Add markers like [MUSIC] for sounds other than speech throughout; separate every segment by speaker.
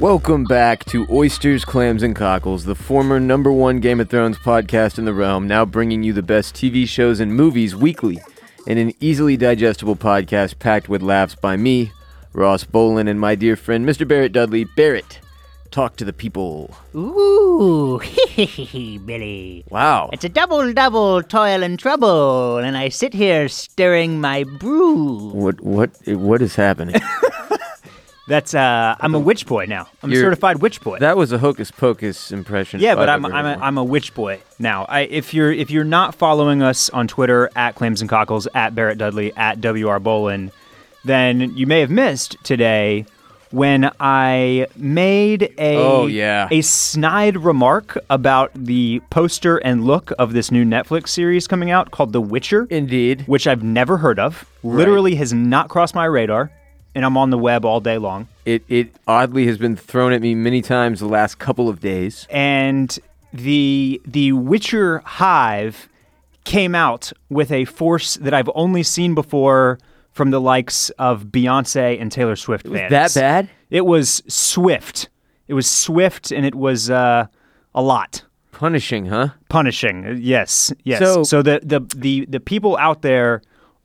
Speaker 1: Welcome back to Oysters, Clams, and Cockles, the former number one Game of Thrones podcast in the realm, now bringing you the best TV shows and movies weekly in an easily digestible podcast packed with laughs by me, Ross Bolin, and my dear friend, Mr. Barrett Dudley. Barrett, talk to the people.
Speaker 2: Ooh, [LAUGHS] hee hee hee, Billy.
Speaker 1: Wow.
Speaker 2: It's a double double toil and trouble, and I sit here stirring my brew.
Speaker 1: What, what, what is
Speaker 3: [LAUGHS]
Speaker 1: happening?
Speaker 3: That's uh, I'm a witch boy now. I'm a
Speaker 1: You're-
Speaker 3: certified witch boy.
Speaker 1: that was a hocus pocus impression.
Speaker 3: yeah,
Speaker 1: if
Speaker 3: but
Speaker 1: I've
Speaker 3: I'm
Speaker 1: ever
Speaker 3: I'm
Speaker 1: heard
Speaker 3: a,
Speaker 1: one.
Speaker 3: I'm a witch boy now. I, if you're if you're not following us on Twitter at Clams and Cockles at Barrett Dudley at WR Bolin, then you may have missed today when I made a
Speaker 1: Oh, yeah.
Speaker 3: a snide remark about the poster and look of this new Netflix series coming out called The Witcher.
Speaker 1: Indeed.
Speaker 3: Which I've never heard of. Literally has not crossed my radar, and I'm on the web all day long.
Speaker 1: It, it oddly has been thrown at me many times the last couple of days.
Speaker 3: and the the Witcher Hive came out with a force that I've only seen before from the likes of Beyonce and Taylor Swift fans.
Speaker 1: That bad?
Speaker 3: It was swift. It was swift, and it was uh, a lot
Speaker 1: Punishing, huh?
Speaker 3: punishing. Uh, Yes, yes.
Speaker 1: So-
Speaker 3: So, the, the the the people out there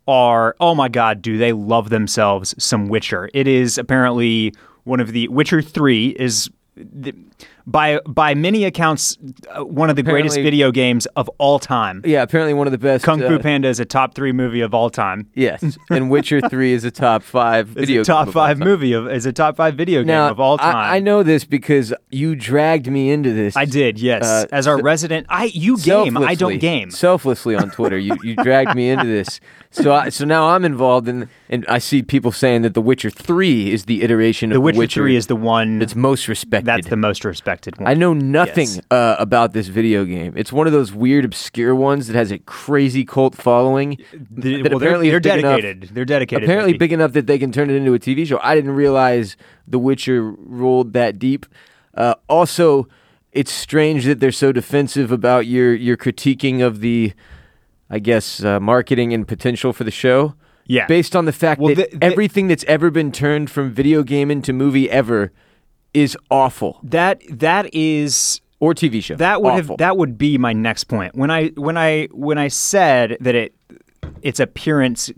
Speaker 3: are oh my god, do they love themselves some Witcher? It is apparently one of the Witcher Three is. The, by by many accounts, uh, one of the greatest
Speaker 1: Apparently-
Speaker 3: video games of all time.
Speaker 1: Yeah, apparently one of the best.
Speaker 3: Kung
Speaker 1: uh,
Speaker 3: Fu Panda is a top three movie of all time. [LAUGHS]
Speaker 1: Yes, and Witcher Three is a top five
Speaker 3: It's
Speaker 1: video. game
Speaker 3: a top
Speaker 1: of all
Speaker 3: five
Speaker 1: time.
Speaker 3: movie of is a top five video game
Speaker 1: Now
Speaker 3: of all time.
Speaker 1: I, I know this because you dragged me into this.
Speaker 3: I did yes.
Speaker 1: Uh,
Speaker 3: As our resident, I you game. I
Speaker 1: selflessly-
Speaker 3: don't game.
Speaker 1: selflessly on Twitter. you you dragged me into this, so I, so now I'm involved in, and I see people saying that The Witcher Three is the iteration
Speaker 3: the
Speaker 1: of
Speaker 3: Witcher,
Speaker 1: Witcher
Speaker 3: Three is the one
Speaker 1: that's most respected.
Speaker 3: that's the most respected one.
Speaker 1: I know nothing
Speaker 3: Yes.
Speaker 1: uh, about this video game. It's one of those weird, obscure ones that has a crazy cult following.
Speaker 3: The-
Speaker 1: that
Speaker 3: well, they're-
Speaker 1: apparently is
Speaker 3: they're
Speaker 1: big enough-
Speaker 3: dedicated. They're dedicated,
Speaker 1: Apparently,
Speaker 3: maybe.
Speaker 1: big enough that they can turn it into a TV show. I didn't realize The Witcher rolled that deep. Uh, also, it's strange that they're so defensive about your your critiquing of the, I guess, uh, marketing and potential for the show.
Speaker 3: Yeah.
Speaker 1: Based on the fact
Speaker 3: Well,
Speaker 1: that
Speaker 3: the- the-
Speaker 1: everything that's ever been turned from video game into movie ever is awful
Speaker 3: That that is
Speaker 1: or TV show.
Speaker 3: that would
Speaker 1: Awful.
Speaker 3: have that would be my next point. When I when I when I said that it its appearance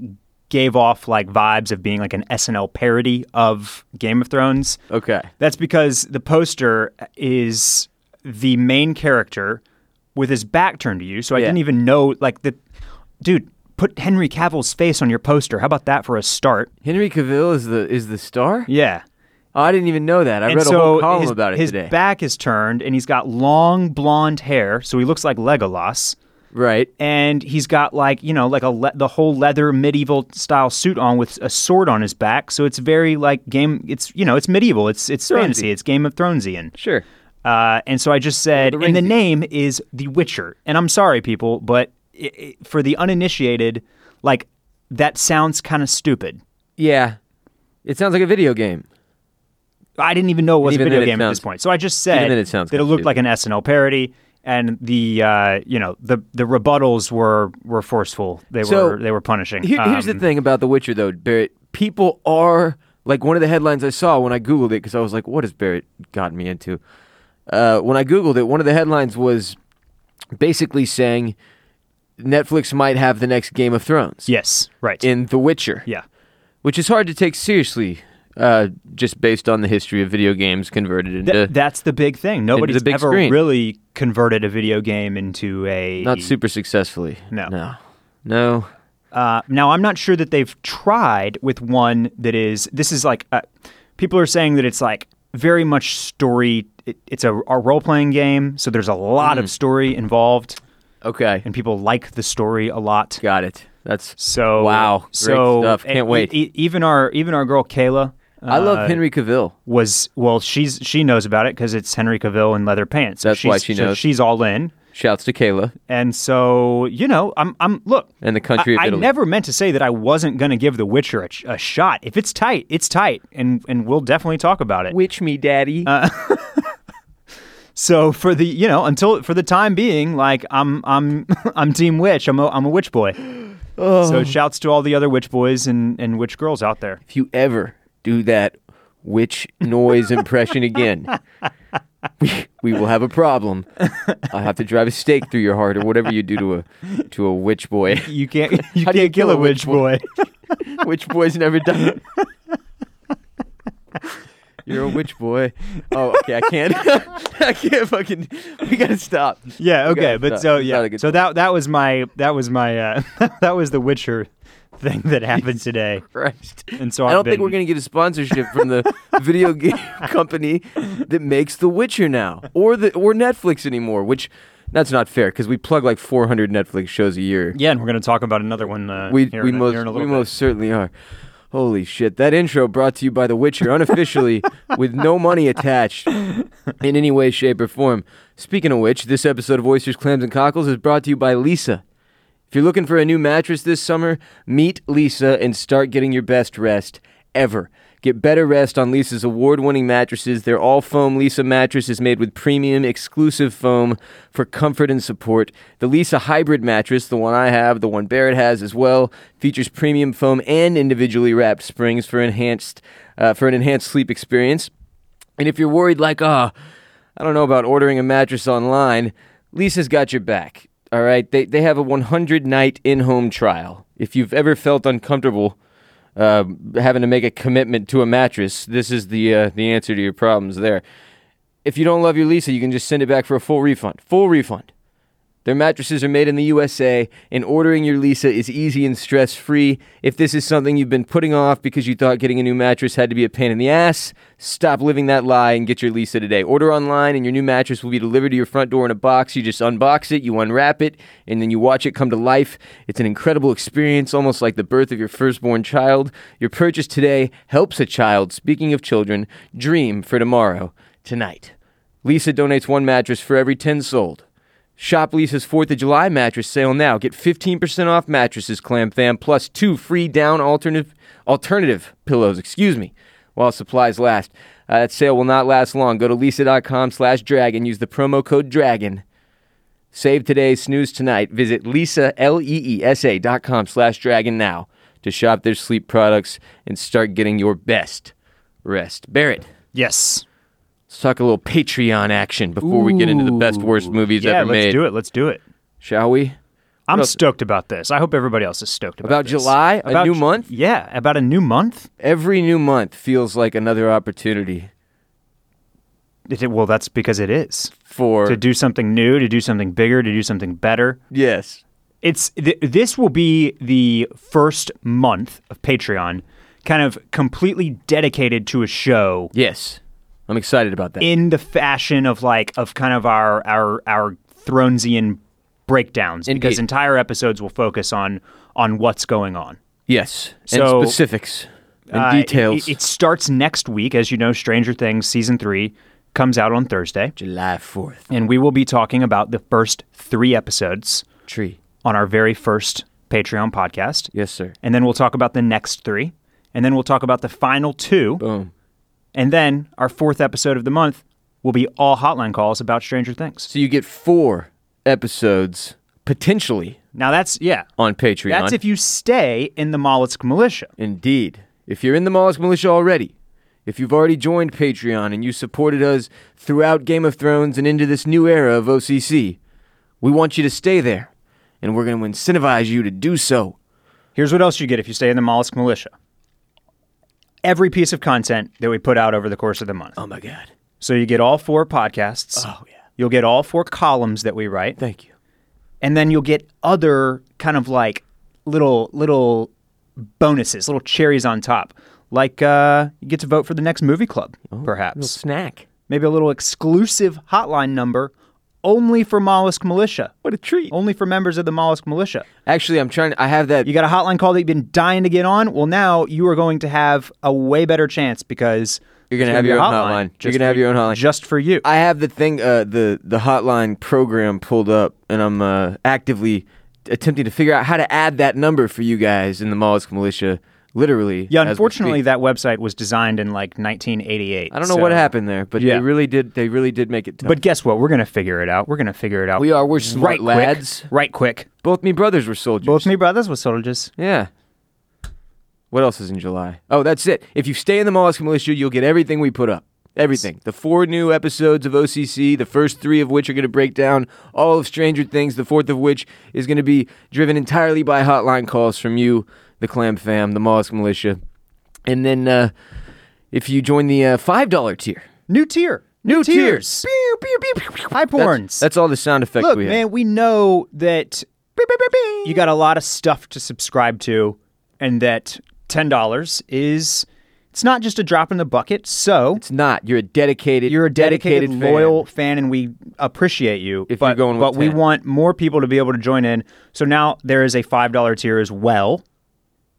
Speaker 3: gave off like vibes of being like an SNL parody of Game of Thrones.
Speaker 1: Okay.
Speaker 3: That's because the poster is the main character with his back turned to you, so I
Speaker 1: Yeah.
Speaker 3: didn't even know like the dude, put Henry Cavill's face on your poster. How about that for a start?
Speaker 1: Henry Cavill is the is the star.
Speaker 3: Yeah.
Speaker 1: Oh, I didn't even know that. I
Speaker 3: and
Speaker 1: read
Speaker 3: so
Speaker 1: a whole column
Speaker 3: his,
Speaker 1: about it
Speaker 3: his
Speaker 1: today.
Speaker 3: back is turned, and he's got long blonde hair, so he looks like Legolas.
Speaker 1: right.
Speaker 3: And he's got like you know like a le- the whole leather medieval style suit on with a sword on his back, so it's very like game. It's you know it's medieval. It's it's fantasy. It's Game of Thronesian.
Speaker 1: Sure.
Speaker 3: Uh, and so I just said,
Speaker 1: The
Speaker 3: and the
Speaker 1: Ringsies.
Speaker 3: name is The Witcher. And I'm sorry, people, but i i for the uninitiated, like that sounds kind of stupid.
Speaker 1: Yeah. It sounds like a video game.
Speaker 3: I didn't even know it was
Speaker 1: Even
Speaker 3: a video
Speaker 1: then it
Speaker 3: game at
Speaker 1: sounds-
Speaker 3: this point. So I just said
Speaker 1: even then it sounds
Speaker 3: that it
Speaker 1: confusing.
Speaker 3: looked like an SNL parody, and the uh, you know the the rebuttals were were forceful. They
Speaker 1: So,
Speaker 3: were they were punishing.
Speaker 1: Here- here's the
Speaker 3: Um,
Speaker 1: thing about The Witcher, though, Barrett. People are like one of the headlines I saw when I googled it because I was like, "What has Barrett gotten me into?" Uh, when I googled it, one of the headlines was basically saying Netflix might have the next Game of Thrones
Speaker 3: Yes, right.
Speaker 1: in The Witcher.
Speaker 3: yeah,
Speaker 1: which is hard to take seriously, uh, just based on the history of video games converted into
Speaker 3: Th- that's the big thing. Nobody's
Speaker 1: big
Speaker 3: ever
Speaker 1: screen.
Speaker 3: really converted a video game into a
Speaker 1: not super successfully.
Speaker 3: No.
Speaker 1: no, no.
Speaker 3: Uh, now, I'm not sure that they've tried with one that is. This is like uh, people are saying that it's like very much story. It, it's a, a role playing game, so there's a lot
Speaker 1: Mm.
Speaker 3: of story involved,
Speaker 1: Okay,
Speaker 3: and people like the story a lot.
Speaker 1: got it. That's
Speaker 3: So
Speaker 1: wow, great
Speaker 3: so
Speaker 1: stuff.
Speaker 3: and
Speaker 1: Can't wait.
Speaker 3: e- e- even our even our girl Kayla.
Speaker 1: I
Speaker 3: uh,
Speaker 1: love Henry Cavill.
Speaker 3: Was well, she's she knows about it because it's Henry Cavill in leather pants. So
Speaker 1: That's why
Speaker 3: she's-
Speaker 1: she
Speaker 3: so
Speaker 1: knows.
Speaker 3: she's all in.
Speaker 1: Shouts to Kayla
Speaker 3: And so, you know, I'm, I'm, look.
Speaker 1: And the country of
Speaker 3: I,
Speaker 1: Italy.
Speaker 3: I never meant to say that I wasn't going to give The Witcher a, ch- a shot. If it's tight, it's tight, and, and we'll definitely talk about it.
Speaker 1: Witch me, daddy.
Speaker 3: So for the, you know, until for the time being, like I'm, I'm, [LAUGHS] I'm Team Witch. I'm a, I'm a witch boy.
Speaker 1: Oh.
Speaker 3: So shouts to all the other witch boys and, and witch girls out there.
Speaker 1: if you ever do that Which noise impression again? We, we will have a problem. I'll have to drive a stake through your heart or whatever you do to a to a witch boy. [LAUGHS]
Speaker 3: You can't. You
Speaker 1: How
Speaker 3: can't
Speaker 1: do you
Speaker 3: kill, a witch boy. [LAUGHS]
Speaker 1: witch boy's never done it. You're a witch boy. Oh, okay, I can't. [LAUGHS] I can't fucking. We gotta stop.
Speaker 3: yeah. Okay.
Speaker 1: it's
Speaker 3: But
Speaker 1: not-
Speaker 3: so
Speaker 1: it's
Speaker 3: yeah.
Speaker 1: not a good
Speaker 3: So that that was my that was my uh, [LAUGHS] that was the Witcher thing
Speaker 1: [LAUGHS]
Speaker 3: that happened today.
Speaker 1: Christ.
Speaker 3: And so
Speaker 1: I
Speaker 3: I've
Speaker 1: don't think
Speaker 3: been-
Speaker 1: we're gonna get a sponsorship from
Speaker 3: [LAUGHS]
Speaker 1: the video game company that makes The Witcher now, or the or Netflix anymore. Which that's not fair because we plug like 400 Netflix shows a year.
Speaker 3: Yeah, and we're going to talk about another one. Uh,
Speaker 1: we
Speaker 3: here
Speaker 1: we
Speaker 3: in, a-
Speaker 1: most
Speaker 3: here in a
Speaker 1: we
Speaker 3: little bit.
Speaker 1: most certainly are. Holy shit! That intro brought to you by The Witcher,
Speaker 3: [LAUGHS]
Speaker 1: unofficially, with no money attached, in any way, shape, or form. Speaking of which, this episode of Oysters, Clams, and Cockles is brought to you by Lisa. If you're looking for a new mattress this summer, meet Lisa and start getting your best rest ever. Get better rest on Lisa's award winning mattresses. Their all foam Lisa mattress is made with premium exclusive foam for comfort and support. The Lisa hybrid mattress, the one I have, the one Barrett has as well, features premium foam and individually wrapped springs for enhanced uh, for an enhanced sleep experience. And if you're worried, like, ah, I don't know about ordering a mattress online, Lisa's got your back. All right. They, they have a 100 night in home trial. If you've ever felt uncomfortable uh, having to make a commitment to a mattress, this is the, uh, the answer to your problems there. If you don't love your Lisa, you can just send it back for a full refund. Full refund. Their mattresses are made in the USA, and ordering your Lisa is easy and stress free. If this is something you've been putting off because you thought getting a new mattress had to be a pain in the ass, stop living that lie and get your Lisa today. Order online, and your new mattress will be delivered to your front door in a box. You just unbox it, you unwrap it, and then you watch it come to life. It's an incredible experience, almost like the birth of your firstborn child. Your purchase today helps a child, speaking of children, dream for tomorrow, tonight. Lisa donates one mattress for every 10 sold. Shop Lisa's 4th of July mattress sale now. Get 15% off mattresses, Clam Fam, plus two free down alternative, alternative pillows, excuse me, while supplies last. Uh, that sale will not last long. Go to lisa.com slash dragon. Use the promo code dragon. Save today, snooze tonight. Visit lisa, E L-E-E-S-A dot com slash dragon now to shop their sleep products and start getting your best rest. Barrett,
Speaker 3: Yes.
Speaker 1: let's talk a little Patreon action before we get into the best worst movies
Speaker 3: Yeah,
Speaker 1: ever
Speaker 3: let's
Speaker 1: made.
Speaker 3: do it. Let's do it.
Speaker 1: Shall we?
Speaker 3: I'm
Speaker 1: else?
Speaker 3: stoked about this. I hope everybody else is stoked about
Speaker 1: About
Speaker 3: this.
Speaker 1: July? A new
Speaker 3: Ju-
Speaker 1: month?
Speaker 3: Yeah, about a new month.
Speaker 1: Every new month feels like another opportunity
Speaker 3: It- it- well, that's because it is
Speaker 1: for
Speaker 3: to do something new, to do something bigger, to do something better.
Speaker 1: yes.
Speaker 3: It's th- this will be the first month of Patreon, kind of completely dedicated to a show
Speaker 1: Yes. I'm excited about that.
Speaker 3: in the fashion of like of kind of our our our Thronesian breakdowns because
Speaker 1: Indeed.
Speaker 3: entire episodes will focus on on what's going on.
Speaker 1: yes.
Speaker 3: So-
Speaker 1: and specifics and
Speaker 3: Uh,
Speaker 1: details.
Speaker 3: It, it starts next week, as you know. Stranger Things season three comes out on Thursday,
Speaker 1: July 4th.
Speaker 3: and we will be talking about the first three episodes
Speaker 1: Tree.
Speaker 3: on our very first Patreon podcast.
Speaker 1: Yes, sir.
Speaker 3: And then we'll talk about the next three, and then we'll talk about the final two,
Speaker 1: Boom.
Speaker 3: and then our fourth episode of the month will be all hotline calls about Stranger Things.
Speaker 1: So you get 4 episodes potentially
Speaker 3: Now that's yeah.
Speaker 1: on Patreon.
Speaker 3: That's if you stay in the Mollusk militia.
Speaker 1: Indeed. If you're in the Mollusk Militia already, if you've already joined Patreon and you supported us throughout Game of Thrones and into this new era of OCC, we want you to stay there, and we're going to incentivize you to do so.
Speaker 3: Here's what else you get if you stay in the Mollusk militia. Every piece of content that we put out over the course of the month.
Speaker 1: Oh my God!
Speaker 3: So you get all four podcasts.
Speaker 1: Oh, yeah.
Speaker 3: You'll get all four columns that we write,
Speaker 1: Thank you.
Speaker 3: and then you'll get other kind of like little little bonuses, little cherries on top. Like uh, you get to vote for the next movie club,
Speaker 1: Oh,
Speaker 3: perhaps.
Speaker 1: Snack.
Speaker 3: Maybe a little exclusive hotline number only for Mollusk militia.
Speaker 1: What a treat!
Speaker 3: Only for members of the Mollusk militia.
Speaker 1: Actually, I'm trying. I have that.
Speaker 3: Oh. You got a hotline call that you've been dying to get on. Well, now you are going to have a way better chance because
Speaker 1: You're gonna
Speaker 3: it's
Speaker 1: have
Speaker 3: be a
Speaker 1: your own hotline. You're
Speaker 3: just
Speaker 1: gonna
Speaker 3: for
Speaker 1: have
Speaker 3: you-
Speaker 1: your own hotline.
Speaker 3: just for you.
Speaker 1: I have the thing, uh, the the hotline program pulled up, and I'm uh, actively attempting to figure out how to add that number for you guys in the Mollusk Militia. Literally.
Speaker 3: yeah,
Speaker 1: as we
Speaker 3: unfortunately,
Speaker 1: speak.
Speaker 3: that website was designed in like 1988.
Speaker 1: I don't know
Speaker 3: so-
Speaker 1: what happened there, but
Speaker 3: Yeah.
Speaker 1: they really did. They really did make it tough.
Speaker 3: But guess what? We're gonna figure it out. We're gonna figure it out.
Speaker 1: We are. We're smart
Speaker 3: right
Speaker 1: lads.
Speaker 3: Quick, right quick.
Speaker 1: Both me brothers were soldiers.
Speaker 3: Both me brothers were soldiers.
Speaker 1: Yeah. What else is in July? Oh, that's it. If you stay in the Mollusk Militia, you'll get everything we put up. Everything. The four new episodes of OCC, the first three of which are going to break down all of Stranger Things, the fourth of which is going to be driven entirely by hotline calls from you, the Clam Fam, the Mollusk Militia. And then uh, if you join the uh, $5 tier,
Speaker 3: New tier.
Speaker 1: New tiers.
Speaker 3: Pew, pew, pew, pew, pew. High
Speaker 1: that's,
Speaker 3: porns.
Speaker 1: that's all the sound effect
Speaker 3: Look,
Speaker 1: we have.
Speaker 3: man, we know that you got a lot of stuff to subscribe to, and that ten dollars is it's not just a drop in the bucket. So
Speaker 1: It's not. You're a dedicated.
Speaker 3: you're a dedicated,
Speaker 1: fan.
Speaker 3: loyal fan, and we appreciate you.
Speaker 1: If
Speaker 3: but,
Speaker 1: you're going with
Speaker 3: but we
Speaker 1: 10.
Speaker 3: want more people to be able to join in. So now there is a five dollar tier as well,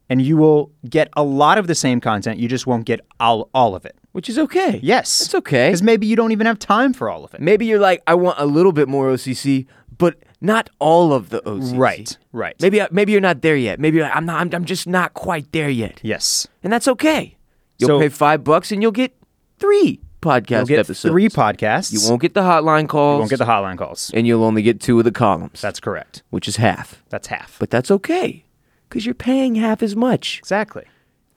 Speaker 3: and you will get a lot of the same content. You just won't get all all of it.
Speaker 1: which is okay.
Speaker 3: Yes,
Speaker 1: it's okay.
Speaker 3: because maybe you don't even have time for all of it.
Speaker 1: Maybe you're like, I want a little bit more OCC, but not all of the OCC.
Speaker 3: Right, right.
Speaker 1: Maybe I- maybe you're not there yet. Maybe you're like, I'm not. I'm, I'm just not quite there yet,
Speaker 3: Yes.
Speaker 1: and that's okay. You'll
Speaker 3: So-
Speaker 1: pay five bucks and you'll get three podcast
Speaker 3: You'll get
Speaker 1: episodes.
Speaker 3: three podcasts.
Speaker 1: You won't get the hotline calls.
Speaker 3: You won't get the hotline calls.
Speaker 1: and you'll only get two of the columns.
Speaker 3: That's correct.
Speaker 1: which is half,
Speaker 3: That's half.
Speaker 1: but that's okay because you're paying half as much.
Speaker 3: exactly.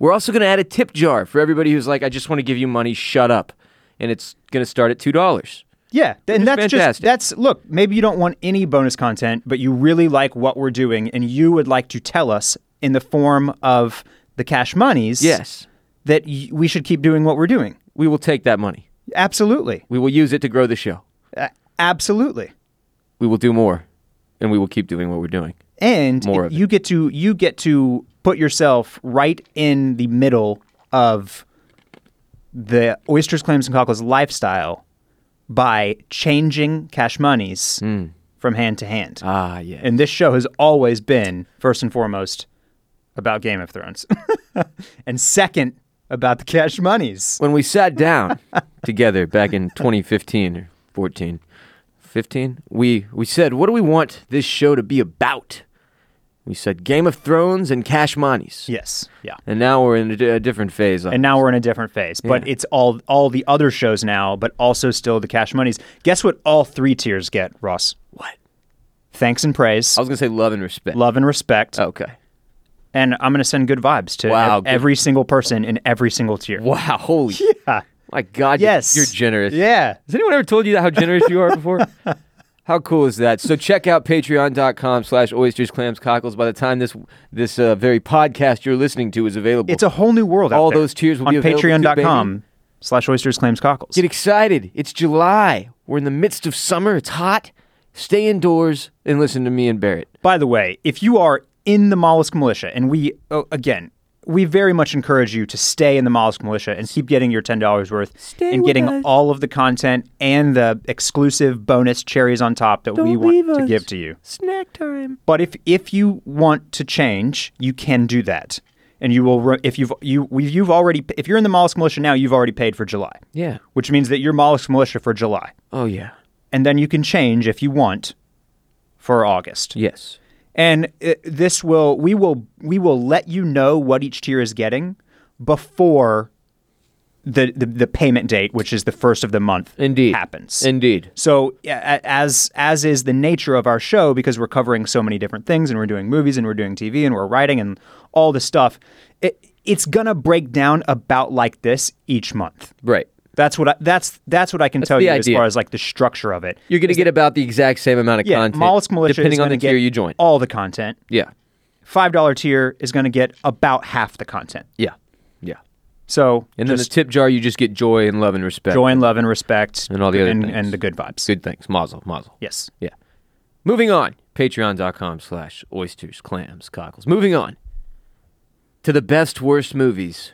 Speaker 1: We're also going to add a tip jar for everybody who's like, I just want to give you money, shut up. And it's going to start at $2.
Speaker 3: Yeah, and that's just
Speaker 1: fantastic.
Speaker 3: that's look. Maybe you don't want any bonus content, but you really like what we're doing, and you would like to tell us in the form of the cash monies.
Speaker 1: Yes.
Speaker 3: that y- we should keep doing what we're doing.
Speaker 1: We will take that money.
Speaker 3: Absolutely,
Speaker 1: We will use it to grow the show.
Speaker 3: A- absolutely.
Speaker 1: We will do more and we will keep doing what we're doing.
Speaker 3: And
Speaker 1: More of
Speaker 3: you get to you get to put yourself right in the middle of the oysters, clams, and cockles lifestyle by changing cash monies
Speaker 1: Hmm.
Speaker 3: from hand to hand.
Speaker 1: Ah, yeah.
Speaker 3: And this show has always been, first and foremost, about Game of Thrones. [LAUGHS] and second, about the cash monies.
Speaker 1: when we sat down [LAUGHS] together back in 2015 or 14, 15, we, we said, What do we want this show to be about? We said Game of Thrones and Cash Monies.
Speaker 3: Yes. Yeah.
Speaker 1: And now we're in a, di- a different phase.
Speaker 3: And now we're in a different phase. But
Speaker 1: Yeah.
Speaker 3: it's all all the other shows now, but also still the cash monies. Guess what all three tiers get, Ross?
Speaker 1: what?
Speaker 3: Thanks and praise,
Speaker 1: I was going to say love and respect.
Speaker 3: love and respect.
Speaker 1: Okay.
Speaker 3: And I'm gonna send good vibes to
Speaker 1: Oh. Wow,
Speaker 3: ev-
Speaker 1: good.
Speaker 3: every single person in every single tier.
Speaker 1: Wow. Holy
Speaker 3: [LAUGHS] Yeah.
Speaker 1: My God, you're-
Speaker 3: Yes.
Speaker 1: you're, generous.
Speaker 3: Yeah.
Speaker 1: Has anyone ever told you that how generous you are
Speaker 3: [LAUGHS]
Speaker 1: before? How cool is that? So check out patreon.com slash oysters, clams, cockles. By the time this this uh, very podcast you're listening to is available,
Speaker 3: It's a whole new world out
Speaker 1: All
Speaker 3: there.
Speaker 1: those tiers will
Speaker 3: on
Speaker 1: be available too,
Speaker 3: patreon.com slash oysters claims cockles.
Speaker 1: get excited. It's July. We're in the midst of summer. It's hot. Stay indoors and listen to me and Barrett.
Speaker 3: By the way, if you are in the Mollusk Militia, and we, oh, again, we very much encourage you to stay in the Mollusk Militia and keep getting your $10 worth
Speaker 1: Stay
Speaker 3: and
Speaker 1: with
Speaker 3: getting
Speaker 1: us.
Speaker 3: all of the content and the exclusive bonus cherries on top that we
Speaker 1: Don't
Speaker 3: want
Speaker 1: leave
Speaker 3: to
Speaker 1: us.
Speaker 3: give to you.
Speaker 1: Snack time.
Speaker 3: But if, if you want to change, you can do that. And you will, re- if you've, you, we- you've already, if you're in the Mollusk Militia now, you've already paid for July.
Speaker 1: Yeah.
Speaker 3: Which means that you're Mollusk Militia for July.
Speaker 1: Oh, yeah.
Speaker 3: And then you can change if you want for August
Speaker 1: Yes.
Speaker 3: and uh, this will we will we will let you know what each tier is getting before the the, the payment date, which is the first of the month,
Speaker 1: Indeed.
Speaker 3: happens.
Speaker 1: Indeed.
Speaker 3: so a- a- as as is the nature of our show, because we're covering so many different things, and we're doing movies, and we're doing TV, and we're writing, and all this stuff, it, it's gonna break down about like this each month.
Speaker 1: Right.
Speaker 3: That's what I, that's that's what I can tell
Speaker 1: the
Speaker 3: you as
Speaker 1: idea.
Speaker 3: far as like the structure of it.
Speaker 1: You're going to get about the exact same amount of
Speaker 3: Yeah,
Speaker 1: content
Speaker 3: Mollusk Militia
Speaker 1: depending
Speaker 3: is
Speaker 1: on
Speaker 3: gonna
Speaker 1: the tier
Speaker 3: get
Speaker 1: you join.
Speaker 3: all the content
Speaker 1: Yeah.
Speaker 3: five dollar tier is going to get about half the content.
Speaker 1: Yeah. Yeah.
Speaker 3: So
Speaker 1: And then the
Speaker 3: just
Speaker 1: tip jar, you just get joy and love and respect.
Speaker 3: join, love, and respect,
Speaker 1: And all the other
Speaker 3: and,
Speaker 1: things.
Speaker 3: and the good vibes.
Speaker 1: Good things. Mazel, mazel.
Speaker 3: Yes,
Speaker 1: Yeah. Moving on. Patreon.com slash oysters, clams, cockles. Moving on to the best, worst movies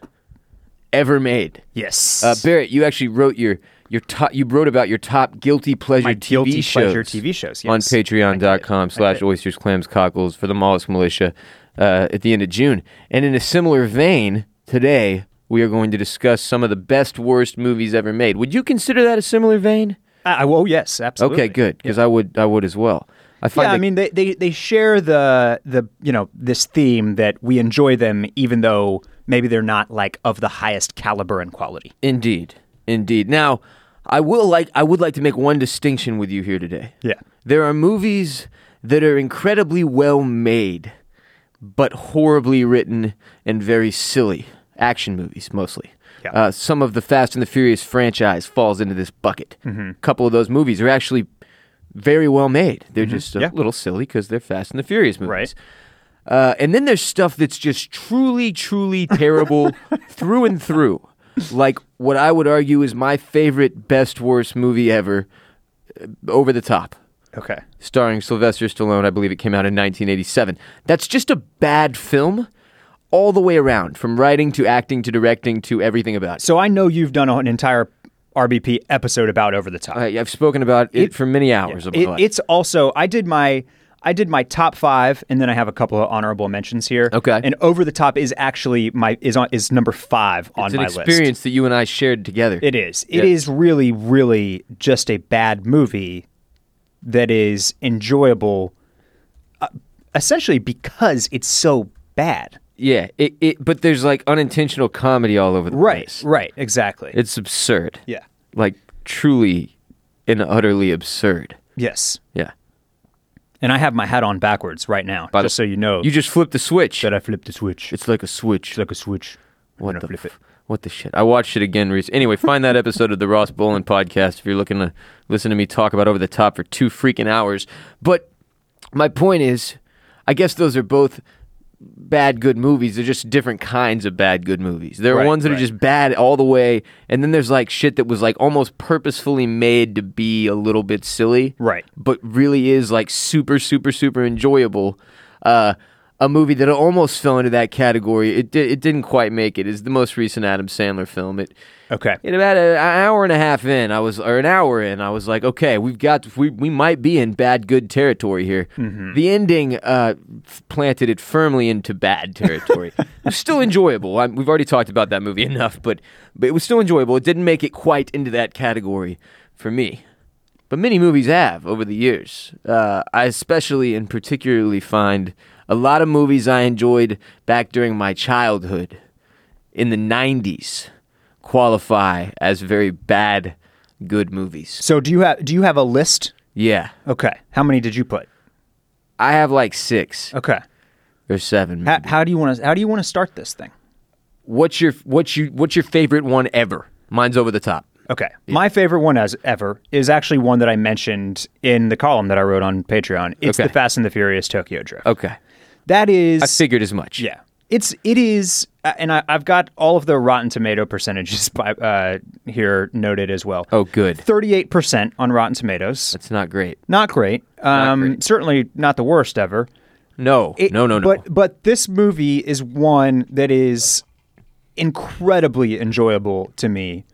Speaker 1: ever made.
Speaker 3: yes.
Speaker 1: Uh, Barrett, you actually wrote your your top. You wrote about your top guilty pleasure
Speaker 3: My
Speaker 1: TV
Speaker 3: guilty
Speaker 1: shows
Speaker 3: pleasure TV shows,
Speaker 1: on
Speaker 3: yes.
Speaker 1: Patreon.com slash oysters, clams, cockles for the Mollusk Militia uh, at the end of June. And in a similar vein, today we are going to discuss some of the best, worst movies ever made. Would you consider that a similar vein?
Speaker 3: I, I, oh yes, absolutely.
Speaker 1: Okay, good, because I would I would as well. I find
Speaker 3: Yeah,
Speaker 1: that,
Speaker 3: I mean they, they they share the the you know this theme that we enjoy them even though maybe they're not like of the highest caliber and quality.
Speaker 1: Indeed, indeed. Now, I will like I would like to make one distinction with you here today.
Speaker 3: Yeah.
Speaker 1: there are movies that are incredibly well made, but horribly written and very silly action movies mostly.
Speaker 3: Yeah.
Speaker 1: Uh, some of the Fast and the Furious franchise falls into this bucket.
Speaker 3: Mm-hmm.
Speaker 1: A couple of those movies are actually very well made. They're just a
Speaker 3: Mm-hmm. Yeah.
Speaker 1: little silly because they're Fast and the Furious movies.
Speaker 3: Right.
Speaker 1: Uh, and then there's stuff that's just truly,
Speaker 3: [LAUGHS]
Speaker 1: truly terrible through and through. Like what I would argue is my favorite, best, worst movie ever, uh, Over the Top
Speaker 3: Okay.
Speaker 1: starring Sylvester Stallone. I believe it came out in 1987. That's just a bad film all the way around, from writing to acting to directing to everything about it.
Speaker 3: So I know you've done an entire RBP episode about Over the Top.
Speaker 1: I, I've spoken about it, for many hours. of my
Speaker 3: It-
Speaker 1: life.
Speaker 3: it's also I did my I did my top five, and then I have a couple of honorable mentions here.
Speaker 1: Okay.
Speaker 3: And Over the Top is actually my is on is number five on
Speaker 1: It's an
Speaker 3: my
Speaker 1: experience
Speaker 3: list.
Speaker 1: that you and I shared together.
Speaker 3: It is. It is
Speaker 1: Yeah.
Speaker 3: really, really just a bad movie that is enjoyable, uh, essentially because it's so bad.
Speaker 1: yeah. It, it, but there's like unintentional comedy all over the place.
Speaker 3: Right. Exactly.
Speaker 1: It's absurd.
Speaker 3: yeah.
Speaker 1: Like truly and utterly absurd.
Speaker 3: Yes.
Speaker 1: Yeah.
Speaker 3: And I have my hat on backwards right now,
Speaker 1: By the-
Speaker 3: just so you know
Speaker 1: You just flip the switch.
Speaker 3: that I flipped the switch.
Speaker 1: It's like a switch.
Speaker 3: It's like a switch. I'm
Speaker 1: What
Speaker 3: gonna
Speaker 1: the
Speaker 3: flip it.
Speaker 1: f- What the shit? I watched it again recently. Anyway, find that episode of the Ross Bolin podcast if you're looking to listen to me talk about over the top for two freaking hours. But my point is, I guess those are both bad good movies. They're just different kinds of bad good movies. There are
Speaker 3: Right,
Speaker 1: ones that are
Speaker 3: right.
Speaker 1: just bad all the way, and then there's like shit that was like almost purposefully made to be a little bit silly,
Speaker 3: Right.
Speaker 1: But really is like super, super, super enjoyable. Uh, a movie that almost fell into that category. It di- it didn't quite make it. Is the most recent Adam Sandler film. It
Speaker 3: Okay.
Speaker 1: in about a- an hour and a half in, I was, or an hour in, I was like, okay, we've got, we, we might be in bad good territory here. The ending uh, f- planted it firmly into bad territory. it was still enjoyable. I, we've already talked about that movie enough, but, but it was still enjoyable. It didn't make it quite into that category for me. But many movies have over the years. Uh, I especially and particularly find a lot of movies I enjoyed back during my childhood in the 90s qualify as very bad good movies.
Speaker 3: So do you have do you have a list?
Speaker 1: Yeah.
Speaker 3: Okay. How many did you put?
Speaker 1: I have like 6
Speaker 3: Okay.
Speaker 1: or 7.
Speaker 3: How,
Speaker 1: maybe.
Speaker 3: how do you want to how do you want to start this thing?
Speaker 1: What's your what's your what's your favorite one ever? Mine's over the top.
Speaker 3: Okay. My favorite one as ever is actually one that I mentioned in the column that I wrote on Patreon. It's
Speaker 1: Okay.
Speaker 3: the Fast and the Furious Tokyo Drift.
Speaker 1: Okay.
Speaker 3: That is
Speaker 1: I figured as much.
Speaker 3: yeah. It's it is uh, and I, I've got all of the Rotten Tomato percentages [LAUGHS] by uh, here noted as well.
Speaker 1: Oh good.
Speaker 3: 38% on Rotten Tomatoes.
Speaker 1: It's not great.
Speaker 3: Not great. Um,
Speaker 1: great.
Speaker 3: Certainly not the worst ever.
Speaker 1: No.
Speaker 3: It-
Speaker 1: no, no, no.
Speaker 3: But but this movie is one that is incredibly enjoyable to me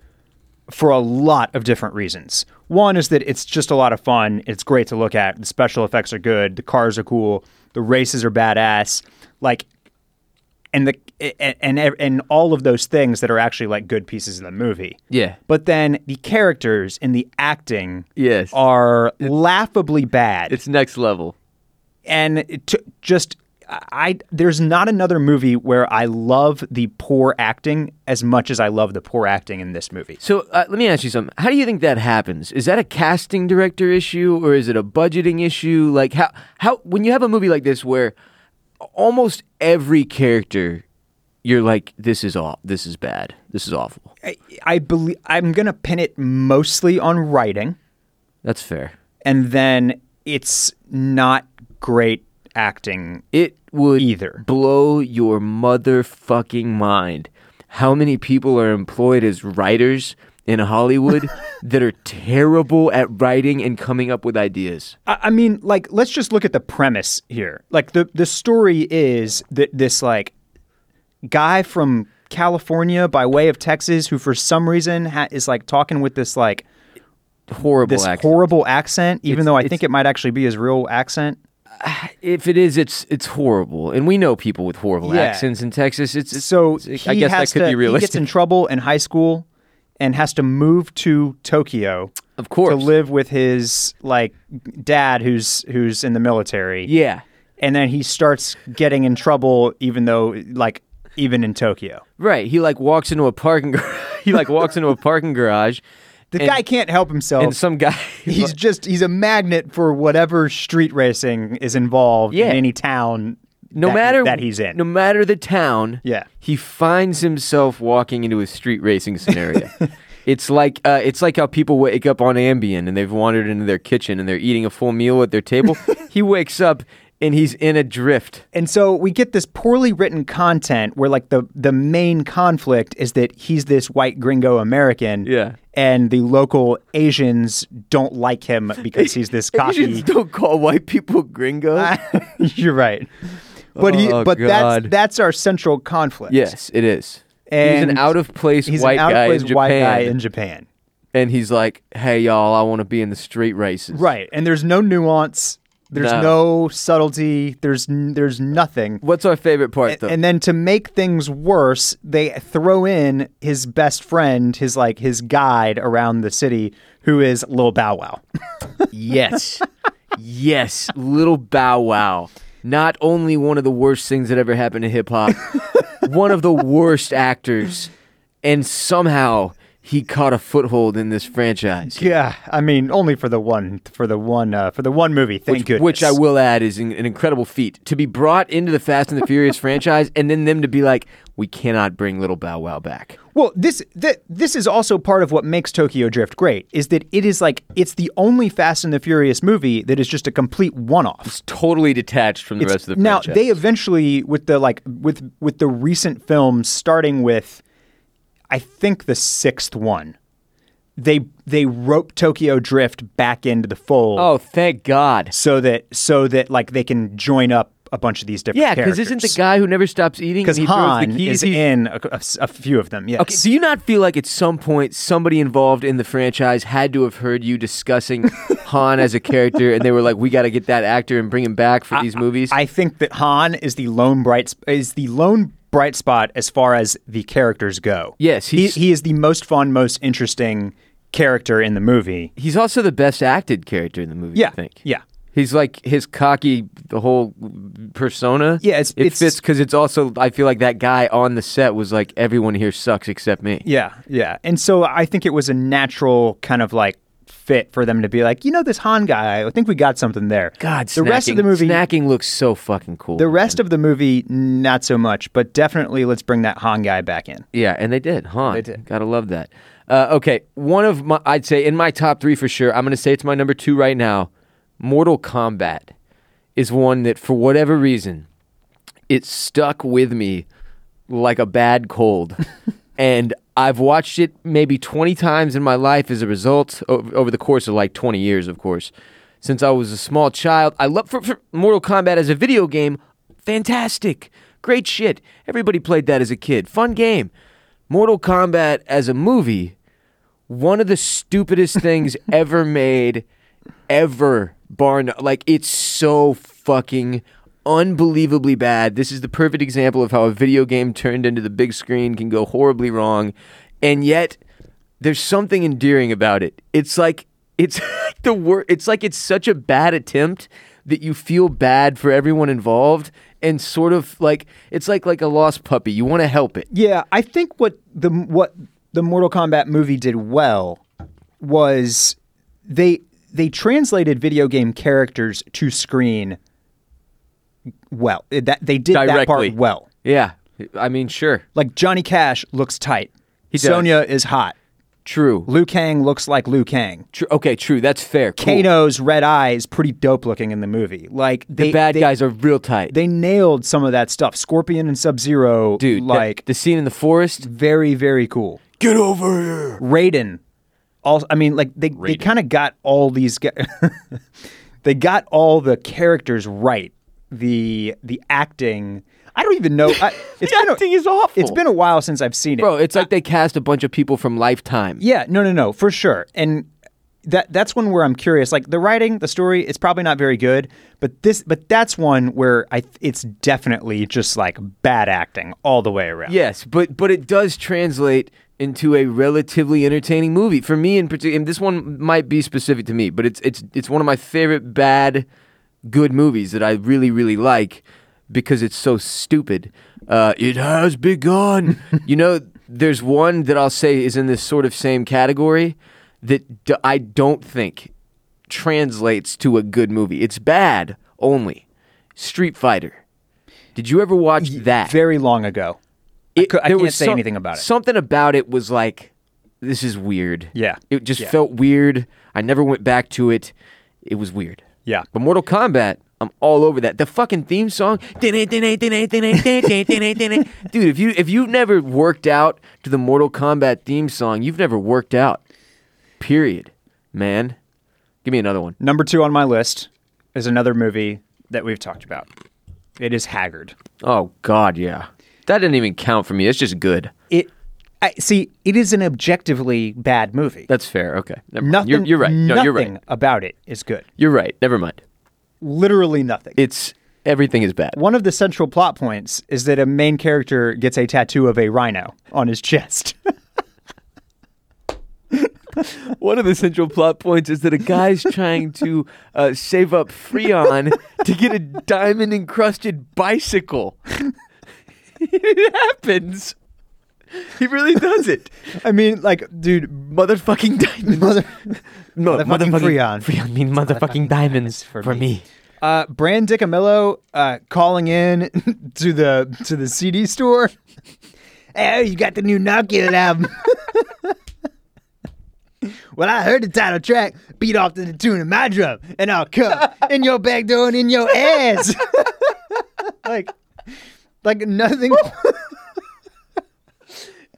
Speaker 3: for a lot of different reasons. One is that it's just a lot of fun. It's great to look at. The special effects are good. The cars are cool. The races are badass. Like and the and and, and all of those things that are actually like good pieces of the movie.
Speaker 1: Yeah.
Speaker 3: But then the characters and the acting
Speaker 1: Yes.
Speaker 3: are laughably bad
Speaker 1: it's next level.
Speaker 3: and it t- just I there's not another movie where I love the poor acting as much as I love the poor acting in this movie.
Speaker 1: So uh, let me ask you something. How do you think that happens? Is that a casting director issue or is it a budgeting issue? Like how how when you have a movie like this where almost every character you're like this is all this is bad. This is awful.
Speaker 3: I, I believe I'm gonna pin it mostly on writing,
Speaker 1: That's fair.
Speaker 3: and then it's not great acting.
Speaker 1: It would
Speaker 3: Either.
Speaker 1: blow your motherfucking mind how many people are employed as writers in Hollywood that are terrible at writing and coming up with ideas.
Speaker 3: I, I mean, like let's just look at the premise here. Like the the story is that this like guy from California by way of Texas who for some reason ha- is like talking with this like
Speaker 1: Horrible
Speaker 3: this
Speaker 1: acting.
Speaker 3: horrible accent, even though I
Speaker 1: it's-
Speaker 3: think it might actually be his real accent.
Speaker 1: If it is, it's it's horrible, and we know people with horrible
Speaker 3: Yeah.
Speaker 1: accents in Texas. It's, it's
Speaker 3: So
Speaker 1: it's-
Speaker 3: he
Speaker 1: I guess that
Speaker 3: has
Speaker 1: could
Speaker 3: to,
Speaker 1: be
Speaker 3: He gets
Speaker 1: realistic.
Speaker 3: in trouble in high school and has to move to Tokyo
Speaker 1: [LAUGHS] of course,
Speaker 3: to live with his like dad who's who's in the military.
Speaker 1: yeah,
Speaker 3: And then he starts getting in trouble even though like even in Tokyo.
Speaker 1: right. He like walks into a parking gar- [LAUGHS] he like walks into a parking garage,
Speaker 3: The
Speaker 1: And-
Speaker 3: guy can't help himself.
Speaker 1: and some guy [LAUGHS]
Speaker 3: he's just he's a magnet for whatever street racing is involved
Speaker 1: Yeah.
Speaker 3: in any town
Speaker 1: no
Speaker 3: that,
Speaker 1: matter
Speaker 3: that he's in.
Speaker 1: no matter the town,
Speaker 3: Yeah.
Speaker 1: he finds himself walking into a street racing
Speaker 3: [LAUGHS]
Speaker 1: scenario. it's like uh, it's like how people wake up on Ambien and they've wandered into their kitchen and they're eating a full meal at their
Speaker 3: [LAUGHS]
Speaker 1: table. he wakes up and he's in a drift.
Speaker 3: And so we get this poorly written content where like the the main conflict is that he's this white gringo American.
Speaker 1: Yeah.
Speaker 3: And the local Asians don't like him because he's
Speaker 1: [LAUGHS]
Speaker 3: this
Speaker 1: Asians
Speaker 3: cocky.
Speaker 1: don't call white people gringo.
Speaker 3: [LAUGHS] You're right. But he
Speaker 1: Oh,
Speaker 3: but that's
Speaker 1: God.
Speaker 3: that's our central conflict.
Speaker 1: yes, it is. he's an
Speaker 3: And
Speaker 1: out of place
Speaker 3: He's
Speaker 1: white
Speaker 3: an out
Speaker 1: guy in
Speaker 3: place
Speaker 1: Japan,
Speaker 3: white guy in Japan.
Speaker 1: and he's like, "Hey, y'all, I want to be in the street races."
Speaker 3: Right. And there's no nuance. There's
Speaker 1: No.
Speaker 3: no, subtlety. There's n- there's nothing.
Speaker 1: What's our favorite part though?
Speaker 3: and then to make things worse, they throw in his best friend, his like his guide around the city, who is Lil Bow
Speaker 1: [LAUGHS]
Speaker 3: Wow.
Speaker 1: Yes. [LAUGHS] yes. Little Bow Wow. Not only one of the worst things that ever happened to hip
Speaker 3: [LAUGHS]
Speaker 1: hop, one of the worst actors. And somehow he caught a foothold in this franchise.
Speaker 3: yeah, I mean, only for the one for the one uh, for the one movie. Thank
Speaker 1: Which,
Speaker 3: goodness.
Speaker 1: which I will add is an, an incredible feat to be brought into the Fast and the Furious [LAUGHS] franchise, and then them to be like, "We cannot bring Little Bow Wow back."
Speaker 3: Well, this th- this is also part of what makes Tokyo Drift great is that it is like it's the only Fast and the Furious movie that is just a complete one-off.
Speaker 1: It's totally detached from the
Speaker 3: It's-
Speaker 1: rest of the
Speaker 3: now
Speaker 1: franchise.
Speaker 3: they eventually with the like with with the recent films starting with I think the sixth one. They they rope Tokyo Drift back into the fold
Speaker 1: oh, thank God!
Speaker 3: so that so that like they can join up a bunch of these different
Speaker 1: Yeah, because isn't the
Speaker 3: characters.
Speaker 1: guy who never stops eating? and
Speaker 3: because
Speaker 1: he throws the
Speaker 3: Han
Speaker 1: keys,
Speaker 3: is
Speaker 1: he's-
Speaker 3: in a, a s- a few of them. Yes.
Speaker 1: Okay, do you not feel like at some point somebody involved in the franchise had to have heard you [LAUGHS] discussing Han as a character, and they were like, "We got to get that actor and bring him back for these movies."
Speaker 3: I think that Han is the lone bright sp- is the lone bright spot as far as the characters go.
Speaker 1: Yes,
Speaker 3: he
Speaker 1: he's-
Speaker 3: he is the most fun, most interesting character in the movie.
Speaker 1: He's also the best acted character in the movie.
Speaker 3: Yeah,
Speaker 1: I think.
Speaker 3: yeah.
Speaker 1: He's like his cocky, the whole persona.
Speaker 3: Yeah, it's-
Speaker 1: it
Speaker 3: it's-
Speaker 1: fits because it's also. I feel like that guy on the set was like, "Everyone here sucks except me."
Speaker 3: Yeah, yeah. And so I think it was a natural kind of like fit for them to be like, you know, this Han guy. I think we got something there.
Speaker 1: God,
Speaker 3: the rest
Speaker 1: snacking-
Speaker 3: of the movie.
Speaker 1: snacking looks so fucking cool.
Speaker 3: the rest of the movie, not so much, but definitely let's bring that Han guy back in.
Speaker 1: Yeah, and they did, huh?
Speaker 3: They did.
Speaker 1: Gotta love that. Uh, okay, one of my, I'd say in my top three for sure. I'm gonna say it's my number two right now. Mortal Kombat is one that, for whatever reason, it stuck with me like a bad cold, and I've watched it maybe 20 times in my life. As a result, over, over the course of like 20 years, of course, since I was a small child, I love for, for Mortal Kombat as a video game. Fantastic, great shit. Everybody played that as a kid. Fun game. Mortal Kombat as a movie, one of the stupidest [LAUGHS] things ever made, ever, bar no- Like, it's so fucking unbelievably bad. This is the perfect example of how a video game turned into the big screen can go horribly wrong. And yet, there's something endearing about it. It's like, it's [LAUGHS] the wor- It's like it's such a bad attempt that you feel bad for everyone involved, and sort of like it's like like a lost puppy. You want to help it.
Speaker 3: Yeah, I think what the what the Mortal Kombat movie did well was they they translated video game characters to screen well. That they did that
Speaker 1: Directly.
Speaker 3: part well.
Speaker 1: Yeah. I mean, sure.
Speaker 3: Like Johnny Cash looks tight.
Speaker 1: He does.
Speaker 3: Sonya is hot.
Speaker 1: True.
Speaker 3: Liu Kang looks like Liu Kang.
Speaker 1: True. Okay, true. That's fair. Cool.
Speaker 3: Kano's red eye is pretty dope looking in the movie. Like
Speaker 1: the
Speaker 3: they,
Speaker 1: bad
Speaker 3: they,
Speaker 1: guys are real tight.
Speaker 3: they nailed some of that stuff. Scorpion and Sub Zero,
Speaker 1: Dude, that-
Speaker 3: like
Speaker 1: the scene in the forest.
Speaker 3: very very cool.
Speaker 1: Get over here.
Speaker 3: Raiden. Also, I mean, like they, they kind of got all these guys. [LAUGHS] they got all the characters right. The the acting. I don't even know. I, it's
Speaker 1: [LAUGHS] The
Speaker 3: been a-
Speaker 1: acting is awful.
Speaker 3: It's been a while since I've seen it.
Speaker 1: Bro, it's like they cast a bunch of people from Lifetime.
Speaker 3: Yeah, no, no, no, for sure. And that that's one where I'm curious. Like the writing, the story, it's probably not very good, but this, but that's one where I it's definitely just like bad acting all the way around.
Speaker 1: Yes, but but it does translate into a relatively entertaining movie for me in particular. And this one might be specific to me, but it's it's it's one of my favorite bad good movies that I really really like because it's so stupid. Uh, it has begun. you know, there's one that I'll say is in this sort of same category that d- I don't think translates to a good movie. It's bad only. Street Fighter. Did you ever watch that?
Speaker 3: Very long ago.
Speaker 1: It-
Speaker 3: cou- I
Speaker 1: there
Speaker 3: can't
Speaker 1: was
Speaker 3: say anything about it.
Speaker 1: Something about it was like, this is weird.
Speaker 3: Yeah.
Speaker 1: It just
Speaker 3: Yeah.
Speaker 1: felt weird. I never went back to it. It was weird.
Speaker 3: Yeah.
Speaker 1: But Mortal Kombat, I'm all over that. The fucking theme song, dude. If you if you've never worked out to the Mortal Kombat theme song, you've never worked out. Period, man. Give me another one.
Speaker 3: Number two on my list is another movie that we've talked about. It is Haggard.
Speaker 1: Oh God, yeah. That didn't even count for me. It's just good.
Speaker 3: It I, see. It is an objectively bad movie.
Speaker 1: That's fair. Okay. Never mind.
Speaker 3: nothing.
Speaker 1: You're, you're right. No, you're
Speaker 3: nothing
Speaker 1: right.
Speaker 3: About it is good.
Speaker 1: You're right. Never mind.
Speaker 3: Literally nothing.
Speaker 1: It's everything is bad.
Speaker 3: One of the central plot points is that a main character gets a tattoo of a rhino on his chest.
Speaker 1: [LAUGHS]
Speaker 3: [LAUGHS]
Speaker 1: One of the central plot points is that a [LAUGHS] guy's trying to uh, save up Freon to get a diamond encrusted bicycle. [LAUGHS] it happens. He really does it.
Speaker 3: I mean, like, dude,
Speaker 1: Motherfucking diamonds. Mother- no,
Speaker 3: Motherfucking Freon.
Speaker 1: Freon mean motherfucking diamonds for, me.
Speaker 3: Uh, Brand Dicamillo uh, calling in [LAUGHS] to the to the CD store. [LAUGHS] Hey, you got the new Nokia album. [LAUGHS] well, I heard the title track beat off to the tune of my drum, and I'll
Speaker 1: [LAUGHS]
Speaker 3: come in your back door and in your ass. [LAUGHS] like, like nothing. [LAUGHS]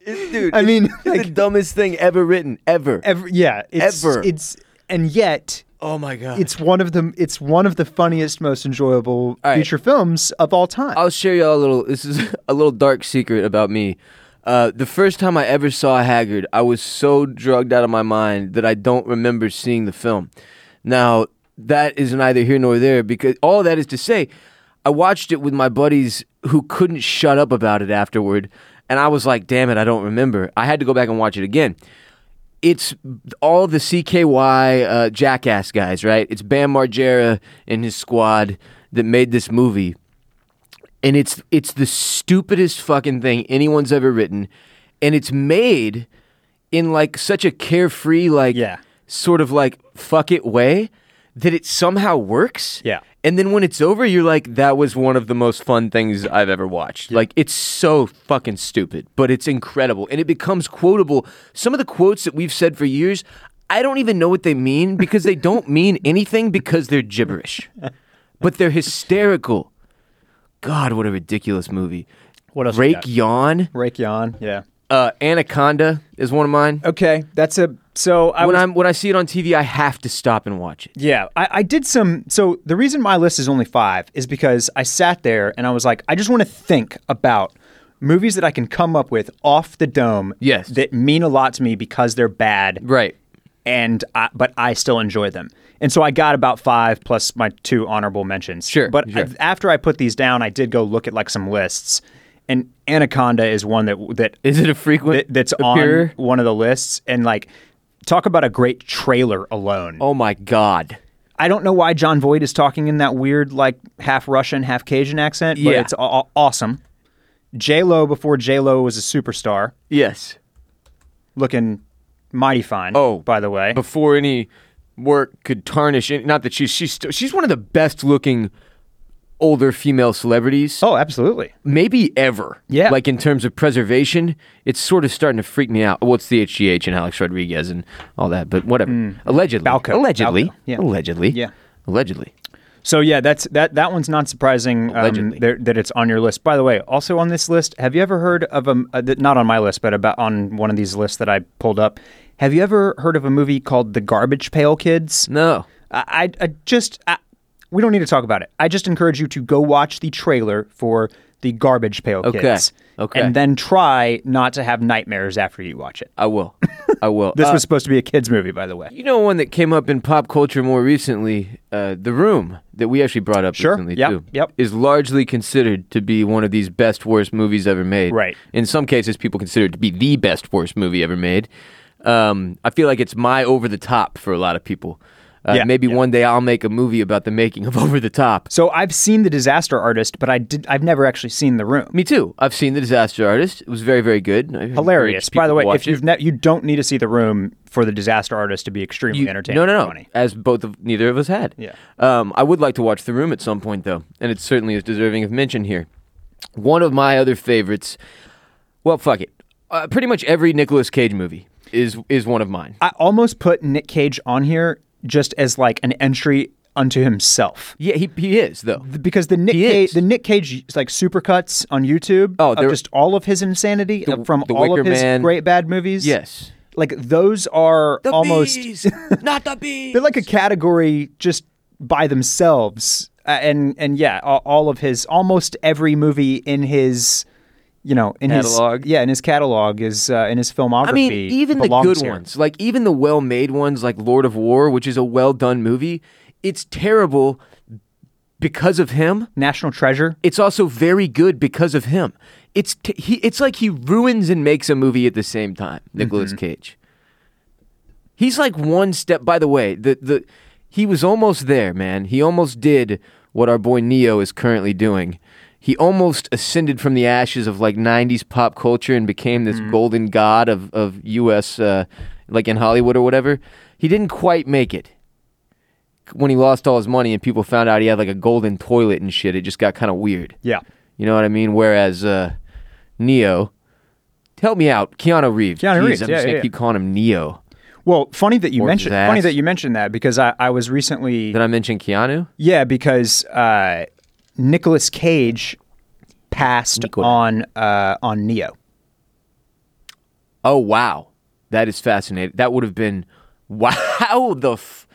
Speaker 1: It's- Dude, [LAUGHS]
Speaker 3: I mean,
Speaker 1: it's the
Speaker 3: like
Speaker 1: dumbest thing ever written, ever.
Speaker 3: ever, yeah, it's,
Speaker 1: Ever.
Speaker 3: It's and yet
Speaker 1: Oh my god.
Speaker 3: it's one of the it's one of the funniest, most enjoyable
Speaker 1: right.
Speaker 3: feature films of all time.
Speaker 1: I'll share y'all a little. This is [LAUGHS] a little dark secret about me. Uh, the first time I ever saw Haggard, I was so drugged out of my mind that I don't remember seeing the film. Now that is neither here nor there because all that is to say, I watched it with my buddies who couldn't shut up about it afterward, and I was like, "Damn it, I don't remember." I had to go back and watch it again it's all the CKY uh, jackass guys, right? It's Bam Margera and his squad that made this movie, and it's it's the stupidest fucking thing anyone's ever written, and it's made in like such a carefree, like
Speaker 3: Yeah.
Speaker 1: sort of like fuck it way that it somehow works.
Speaker 3: Yeah.
Speaker 1: And then when it's over, you're like, that was one of the most fun things I've ever watched. Like, it's so fucking stupid, but it's incredible. And it becomes quotable. Some of the quotes that we've said for years, I don't even know what they mean because they don't mean anything because they're
Speaker 3: [LAUGHS]
Speaker 1: gibberish, but they're hysterical. God, what a ridiculous movie.
Speaker 3: What else we
Speaker 1: Rake
Speaker 3: got?
Speaker 1: Yawn.
Speaker 3: Raikyon, yeah.
Speaker 1: Uh, Anaconda is one of mine.
Speaker 3: Okay, that's a so I
Speaker 1: when
Speaker 3: was,
Speaker 1: I'm when I see it on TV, I have to stop and watch it.
Speaker 3: yeah I, I did some so the reason my list is only five is because I sat there and I was like I just want to think about movies that I can come up with off the dome
Speaker 1: Yes.
Speaker 3: that mean a lot to me because they're bad
Speaker 1: Right.
Speaker 3: and I, but I still enjoy them and so I got about five plus my two honorable mentions
Speaker 1: Sure,
Speaker 3: but
Speaker 1: sure.
Speaker 3: I- after I put these down I did go look at like some lists and Anaconda is one that that
Speaker 1: Is it a frequent
Speaker 3: that, that's
Speaker 1: appearer?
Speaker 3: on one of the lists and like talk about a great trailer alone
Speaker 1: Oh my god.
Speaker 3: i don't know why john voight is talking in that weird like half russian half cajun accent but
Speaker 1: Yeah.
Speaker 3: it's aw- aw- awesome j-lo before j-lo was a superstar
Speaker 1: Yes.
Speaker 3: looking mighty fine
Speaker 1: Oh,
Speaker 3: by the way
Speaker 1: before any work could tarnish it. Not that she's she's still, she's one of the best looking older female celebrities,
Speaker 3: oh absolutely
Speaker 1: maybe ever.
Speaker 3: Yeah.
Speaker 1: like in terms of preservation, it's sort of starting to freak me out. Well, it's the HGH and Alex Rodriguez and all that, but whatever. Allegedly,
Speaker 3: Hmm. Balco.
Speaker 1: allegedly,
Speaker 3: Balco. Yeah.
Speaker 1: allegedly,
Speaker 3: Yeah.
Speaker 1: allegedly.
Speaker 3: so yeah that's that that one's not surprising um,
Speaker 1: Allegedly.
Speaker 3: there, that it's on your list by the way also on this list have you ever heard of a uh, th- not on my list but about on one of these lists that i pulled up have you ever heard of a movie called the garbage pail kids
Speaker 1: No,
Speaker 3: I, I I just I, we don't need to talk about it. I just encourage you to go watch the trailer for the Garbage Pail
Speaker 1: Okay.
Speaker 3: Kids.
Speaker 1: Okay.
Speaker 3: And then try not to have nightmares after you watch it.
Speaker 1: I will. I will.
Speaker 3: [LAUGHS] This
Speaker 1: Uh,
Speaker 3: was supposed to be a kids movie, by the way.
Speaker 1: You know one that came up in pop culture more recently, uh, The Room, that we actually brought up
Speaker 3: Sure.
Speaker 1: recently
Speaker 3: Yep.
Speaker 1: too,
Speaker 3: Yep.
Speaker 1: is largely considered to be one of these best worst movies ever made.
Speaker 3: Right.
Speaker 1: In some cases, people consider it to be the best worst movie ever made. Um, I feel like it's my over the top for a lot of people. Uh,
Speaker 3: Yeah,
Speaker 1: Maybe
Speaker 3: yeah.
Speaker 1: one day I'll make a movie about the making of [LAUGHS] Over the Top.
Speaker 3: So I've seen The Disaster Artist, but I did I've never actually seen The Room.
Speaker 1: Me too. I've seen The Disaster Artist. It was very, very good. I encourage
Speaker 3: Hilarious. By
Speaker 1: people to
Speaker 3: the way,
Speaker 1: watch
Speaker 3: if you've
Speaker 1: it.
Speaker 3: ne- you don't need to see The Room for The Disaster Artist to be extremely
Speaker 1: You-
Speaker 3: entertaining
Speaker 1: No, no, no.
Speaker 3: and funny.
Speaker 1: As both of neither of us had.
Speaker 3: Yeah.
Speaker 1: Um, I would like to watch The Room at some point though, and it certainly is deserving of mention here. One of my other favorites. Well, fuck it. Uh, pretty much every Nicolas Cage movie is is one of mine.
Speaker 3: I almost put Nick Cage on here just as like an entry unto himself.
Speaker 1: Yeah, he he is though.
Speaker 3: Th- Because the Nick
Speaker 1: He
Speaker 3: Cage,
Speaker 1: is.
Speaker 3: the Nick Cage like supercuts on YouTube
Speaker 1: Oh,
Speaker 3: of
Speaker 1: they're-
Speaker 3: just all of his insanity uh, from
Speaker 1: The
Speaker 3: all of
Speaker 1: Wicker
Speaker 3: his
Speaker 1: Man.
Speaker 3: great bad movies.
Speaker 1: Yes.
Speaker 3: like those are almost [LAUGHS]
Speaker 1: not the bees.
Speaker 3: they're like a category just by themselves. Uh, and and yeah, all, all of his almost every movie in his you know in
Speaker 1: Catalog.
Speaker 3: his yeah in his catalog is uh, in his filmography.
Speaker 1: I mean, even the
Speaker 3: belongs
Speaker 1: good
Speaker 3: here.
Speaker 1: ones, like even the well-made ones, like Lord of War, which is a well-done movie. It's terrible because of him.
Speaker 3: National Treasure.
Speaker 1: it's also very good because of him. It's t- he. It's like he ruins and makes a movie at the same time. Nicolas Cage. He's like one step. By the way, the the he was almost there, man. He almost did what our boy Neo is currently doing. He almost ascended from the ashes of like '90s pop culture and became this golden god of of U.S. Uh, like in Hollywood or whatever. He didn't quite make it when he lost all his money and people found out he had like a golden toilet and shit, it just got kind of weird.
Speaker 3: Yeah.
Speaker 1: You know what I mean? Whereas uh, Neo, help me out, Keanu Reeves.
Speaker 3: Keanu
Speaker 1: Jeez,
Speaker 3: Reeves,
Speaker 1: I'm
Speaker 3: yeah,
Speaker 1: just gonna
Speaker 3: yeah,
Speaker 1: keep calling him Neo.
Speaker 3: Well, funny that you
Speaker 1: Or
Speaker 3: mentioned
Speaker 1: Zaz.
Speaker 3: funny that you mentioned that because I, I was recently
Speaker 1: Did I mention Keanu?
Speaker 3: yeah because uh, Nicholas Cage passed
Speaker 1: Nicola.
Speaker 3: on uh, on Neo.
Speaker 1: Oh wow, that is fascinating. That would have been [LAUGHS] wow. The f-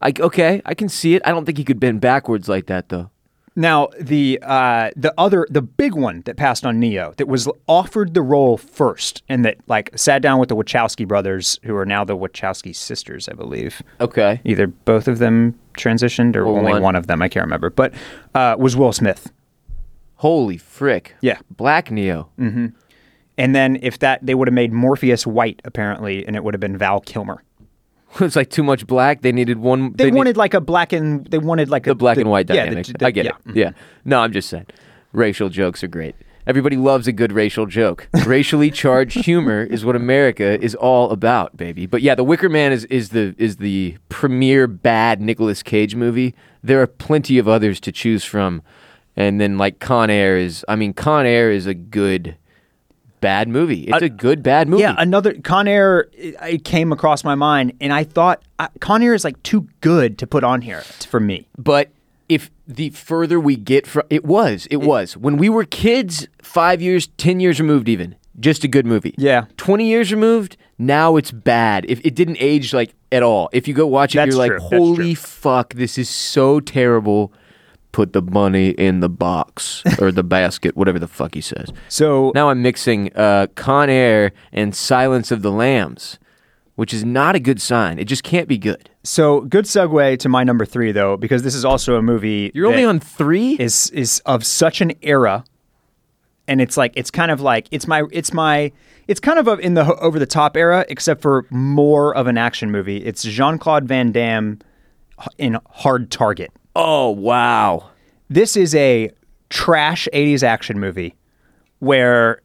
Speaker 1: like okay, I can see it. I don't think he could bend backwards like that though.
Speaker 3: Now the uh, the other the big one that passed on Neo that was offered the role first and that like sat down with the Wachowski brothers who are now the Wachowski sisters I believe.
Speaker 1: Okay,
Speaker 3: Either both of them transitioned or,
Speaker 1: Or
Speaker 3: only
Speaker 1: one.
Speaker 3: one. of them I can't remember but uh, was Will Smith.
Speaker 1: holy frick.
Speaker 3: Yeah.
Speaker 1: Black Neo. [LAUGHS]
Speaker 3: And then if that they would have made Morpheus white apparently and it would have been Val Kilmer.
Speaker 1: it's like too much black. They needed one.
Speaker 3: they,
Speaker 1: ne-
Speaker 3: wanted like a black and they wanted like a
Speaker 1: the black
Speaker 3: the-
Speaker 1: and white
Speaker 3: yeah, the-
Speaker 1: dynamic.
Speaker 3: the-
Speaker 1: I get
Speaker 3: yeah. mm-hmm.
Speaker 1: it. Yeah. No, I'm just saying. Racial jokes are great. Everybody loves a good racial joke. Racially
Speaker 3: [LAUGHS]
Speaker 1: charged humor is what America is all about, baby. But yeah, The Wicker Man is, is the is the premier bad Nicolas Cage movie. There are plenty of others to choose from. And then like Con Air is I mean Con Air is a good bad movie. It's a good bad movie.
Speaker 3: Uh, Yeah, another Con Air. It, it came across my mind, and I thought I, Con Air is like too good to put on here t- for me.
Speaker 1: but if the further we get from it was it was when we were kids 5 years 10 years removed even just a good movie
Speaker 3: Yeah.
Speaker 1: 20 years removed now it's bad if it didn't age like at all if you go watch it
Speaker 3: That's
Speaker 1: you're like
Speaker 3: true. That's
Speaker 1: holy
Speaker 3: true.
Speaker 1: fuck this is so terrible put the money in the box or
Speaker 3: [LAUGHS]
Speaker 1: the basket whatever the fuck he says
Speaker 3: So
Speaker 1: now i'm mixing uh, con air and silence of the lambs which is not a good sign it just can't be good
Speaker 3: so good segue to my number three though, because this is also a movie.
Speaker 1: you're only
Speaker 3: that
Speaker 1: on three
Speaker 3: is is of such an era, and it's like it's kind of like it's my it's my it's kind of a, in the ho- over the top era, except for more of an action movie. It's Jean Claude Van Damme h- in Hard Target.
Speaker 1: oh wow
Speaker 3: this is a trash 80s action movie where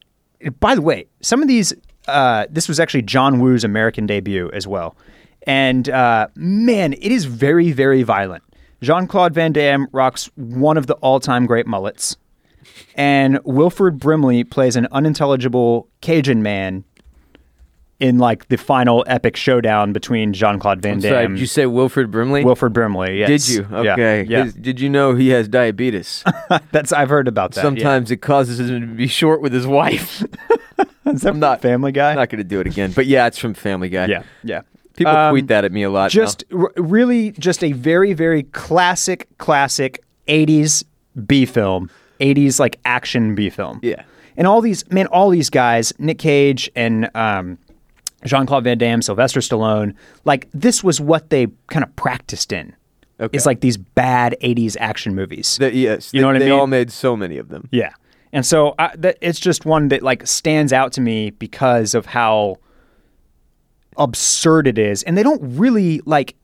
Speaker 3: by the way some of these uh, this was actually john woo's american debut as well and uh, man it is very very violent jean-claude van damme rocks one of the all-time great mullets and wilfred brimley plays an unintelligible cajun man in like the final epic showdown between jean-claude van
Speaker 1: Sorry, did
Speaker 3: damme
Speaker 1: you say Wilfred Brimley?
Speaker 3: wilfred brimley yes.
Speaker 1: did you?
Speaker 3: Yeah,
Speaker 1: Okay.
Speaker 3: yeah.
Speaker 1: His- did you know he has diabetes?
Speaker 3: [LAUGHS] that's i've heard about that yeah.
Speaker 1: Sometimes it causes him to be short with his wife. [LAUGHS]
Speaker 3: Is that
Speaker 1: I'm not-
Speaker 3: Family Guy.
Speaker 1: I'm not going to do it again. But yeah, it's from Family Guy.
Speaker 3: yeah, yeah.
Speaker 1: People
Speaker 3: Um,
Speaker 1: tweet that at me a lot. now.
Speaker 3: Just r- really, just a very, very classic, classic '80s B film, '80s like action B film.
Speaker 1: Yeah.
Speaker 3: And all these man, all these guys, Nick Cage and um, Jean Claude Van Damme, Sylvester Stallone, like this was what they kind of practiced in.
Speaker 1: Okay.
Speaker 3: It's like these bad '80s action movies.
Speaker 1: That- yes.
Speaker 3: You
Speaker 1: they,
Speaker 3: know what I
Speaker 1: They
Speaker 3: mean?
Speaker 1: all made so many of them.
Speaker 3: Yeah, and so I, that, it's just one that like stands out to me because of how absurd it is, and they don't really like.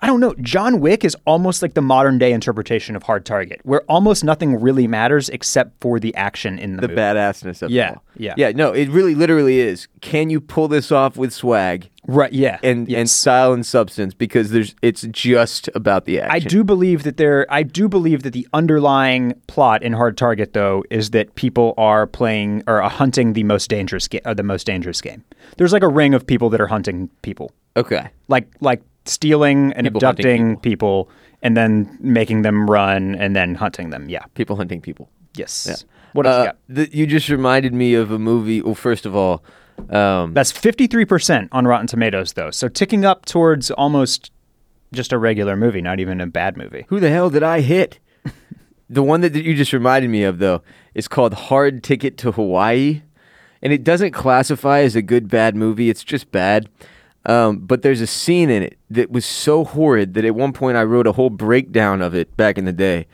Speaker 3: I don't know. John Wick is almost like the modern day interpretation of Hard Target, where almost nothing really matters except for the action in the,
Speaker 1: the
Speaker 3: movie.
Speaker 1: badassness of it
Speaker 3: Yeah,
Speaker 1: all.
Speaker 3: yeah.
Speaker 1: yeah. No, it really, literally is. Can you pull this off with swag
Speaker 3: Right? Yeah.
Speaker 1: and and
Speaker 3: Yes.
Speaker 1: style and substance? Because there's, it's just about the action.
Speaker 3: I do believe that there. I do believe that the underlying plot in Hard Target, though, is that people are playing or are hunting the most dangerous game. The most dangerous game. There's like a ring of people that are hunting people,
Speaker 1: Okay.
Speaker 3: like like stealing and
Speaker 1: People hunting
Speaker 3: abducting people. and then making them run and then hunting them. Yeah.
Speaker 1: People hunting people.
Speaker 3: Yes.
Speaker 1: Yeah.
Speaker 3: What else? you
Speaker 1: Uh,
Speaker 3: got?
Speaker 1: th- you just reminded me of a movie. Well, first of all, um,
Speaker 3: That's 53% on Rotten Tomatoes, though. So ticking up towards almost just a regular movie, not even a bad movie.
Speaker 1: who the hell did I hit? [LAUGHS] the one that, that you just reminded me of, though, is called Hard Ticket to Hawaii. And it doesn't classify as a good, bad movie. It's just bad. Um, but there's a scene in it that was so horrid that at one point I wrote a whole breakdown of it back in the day.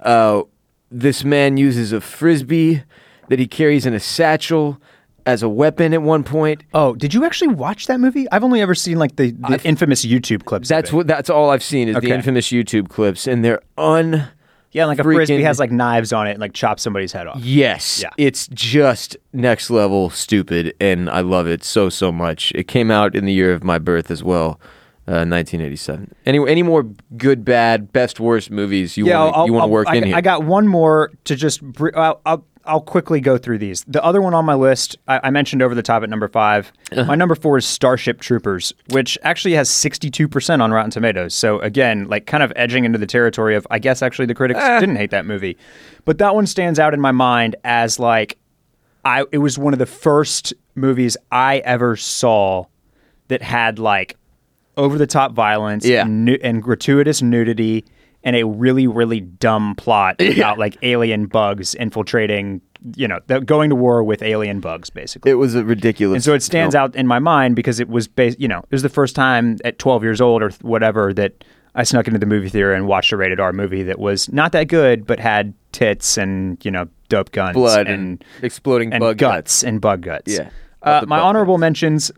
Speaker 1: Uh, this man uses a frisbee that he carries in a satchel as a weapon at one point.
Speaker 3: Oh, did you actually watch that movie? I've only ever seen like the, the infamous YouTube clips. of
Speaker 1: That's
Speaker 3: it.
Speaker 1: what. That's all I've seen is
Speaker 3: Okay.
Speaker 1: the infamous YouTube clips, and they're un.
Speaker 3: Yeah, like a
Speaker 1: freaking-
Speaker 3: frisbee has like knives on it and like chops somebody's head off.
Speaker 1: Yes,
Speaker 3: Yeah.
Speaker 1: it's just next level stupid, and I love it so so much. It came out in the year of my birth as well, uh, 1987. Any any more good, bad, best, worst movies you want
Speaker 3: I'll-
Speaker 1: you want
Speaker 3: I'll-
Speaker 1: to work
Speaker 3: I,
Speaker 1: in here?
Speaker 3: I got one more to just. br- I'll, I'll, I'll quickly go through these. The other one on my list, I, I mentioned over the top at number 5
Speaker 1: Uh-huh.
Speaker 3: My number four is Starship Troopers, which actually has sixty-two percent on Rotten Tomatoes. So again, like kind of edging into the territory of, I guess actually the critics
Speaker 1: Eh.
Speaker 3: didn't hate that movie, but that one stands out in my mind as like, I it was one of the first movies I ever saw that had like over the top violence
Speaker 1: Yeah.
Speaker 3: nu- and gratuitous nudity and a really really dumb
Speaker 1: [LAUGHS]
Speaker 3: plot about like alien bugs infiltrating you know th- going to war with alien bugs basically
Speaker 1: it was a ridiculous.
Speaker 3: and so it stands out in my mind because it was based you know it was the first time at 12 years old or th- whatever that i snuck into the movie theater and watched a rated r movie that was not that good but had tits and you know dope guns
Speaker 1: blood and, exploding
Speaker 3: and
Speaker 1: bug
Speaker 3: guts, and bug guts.
Speaker 1: Yeah. Love
Speaker 3: Uh,
Speaker 1: the
Speaker 3: my
Speaker 1: bug
Speaker 3: honorable mentions: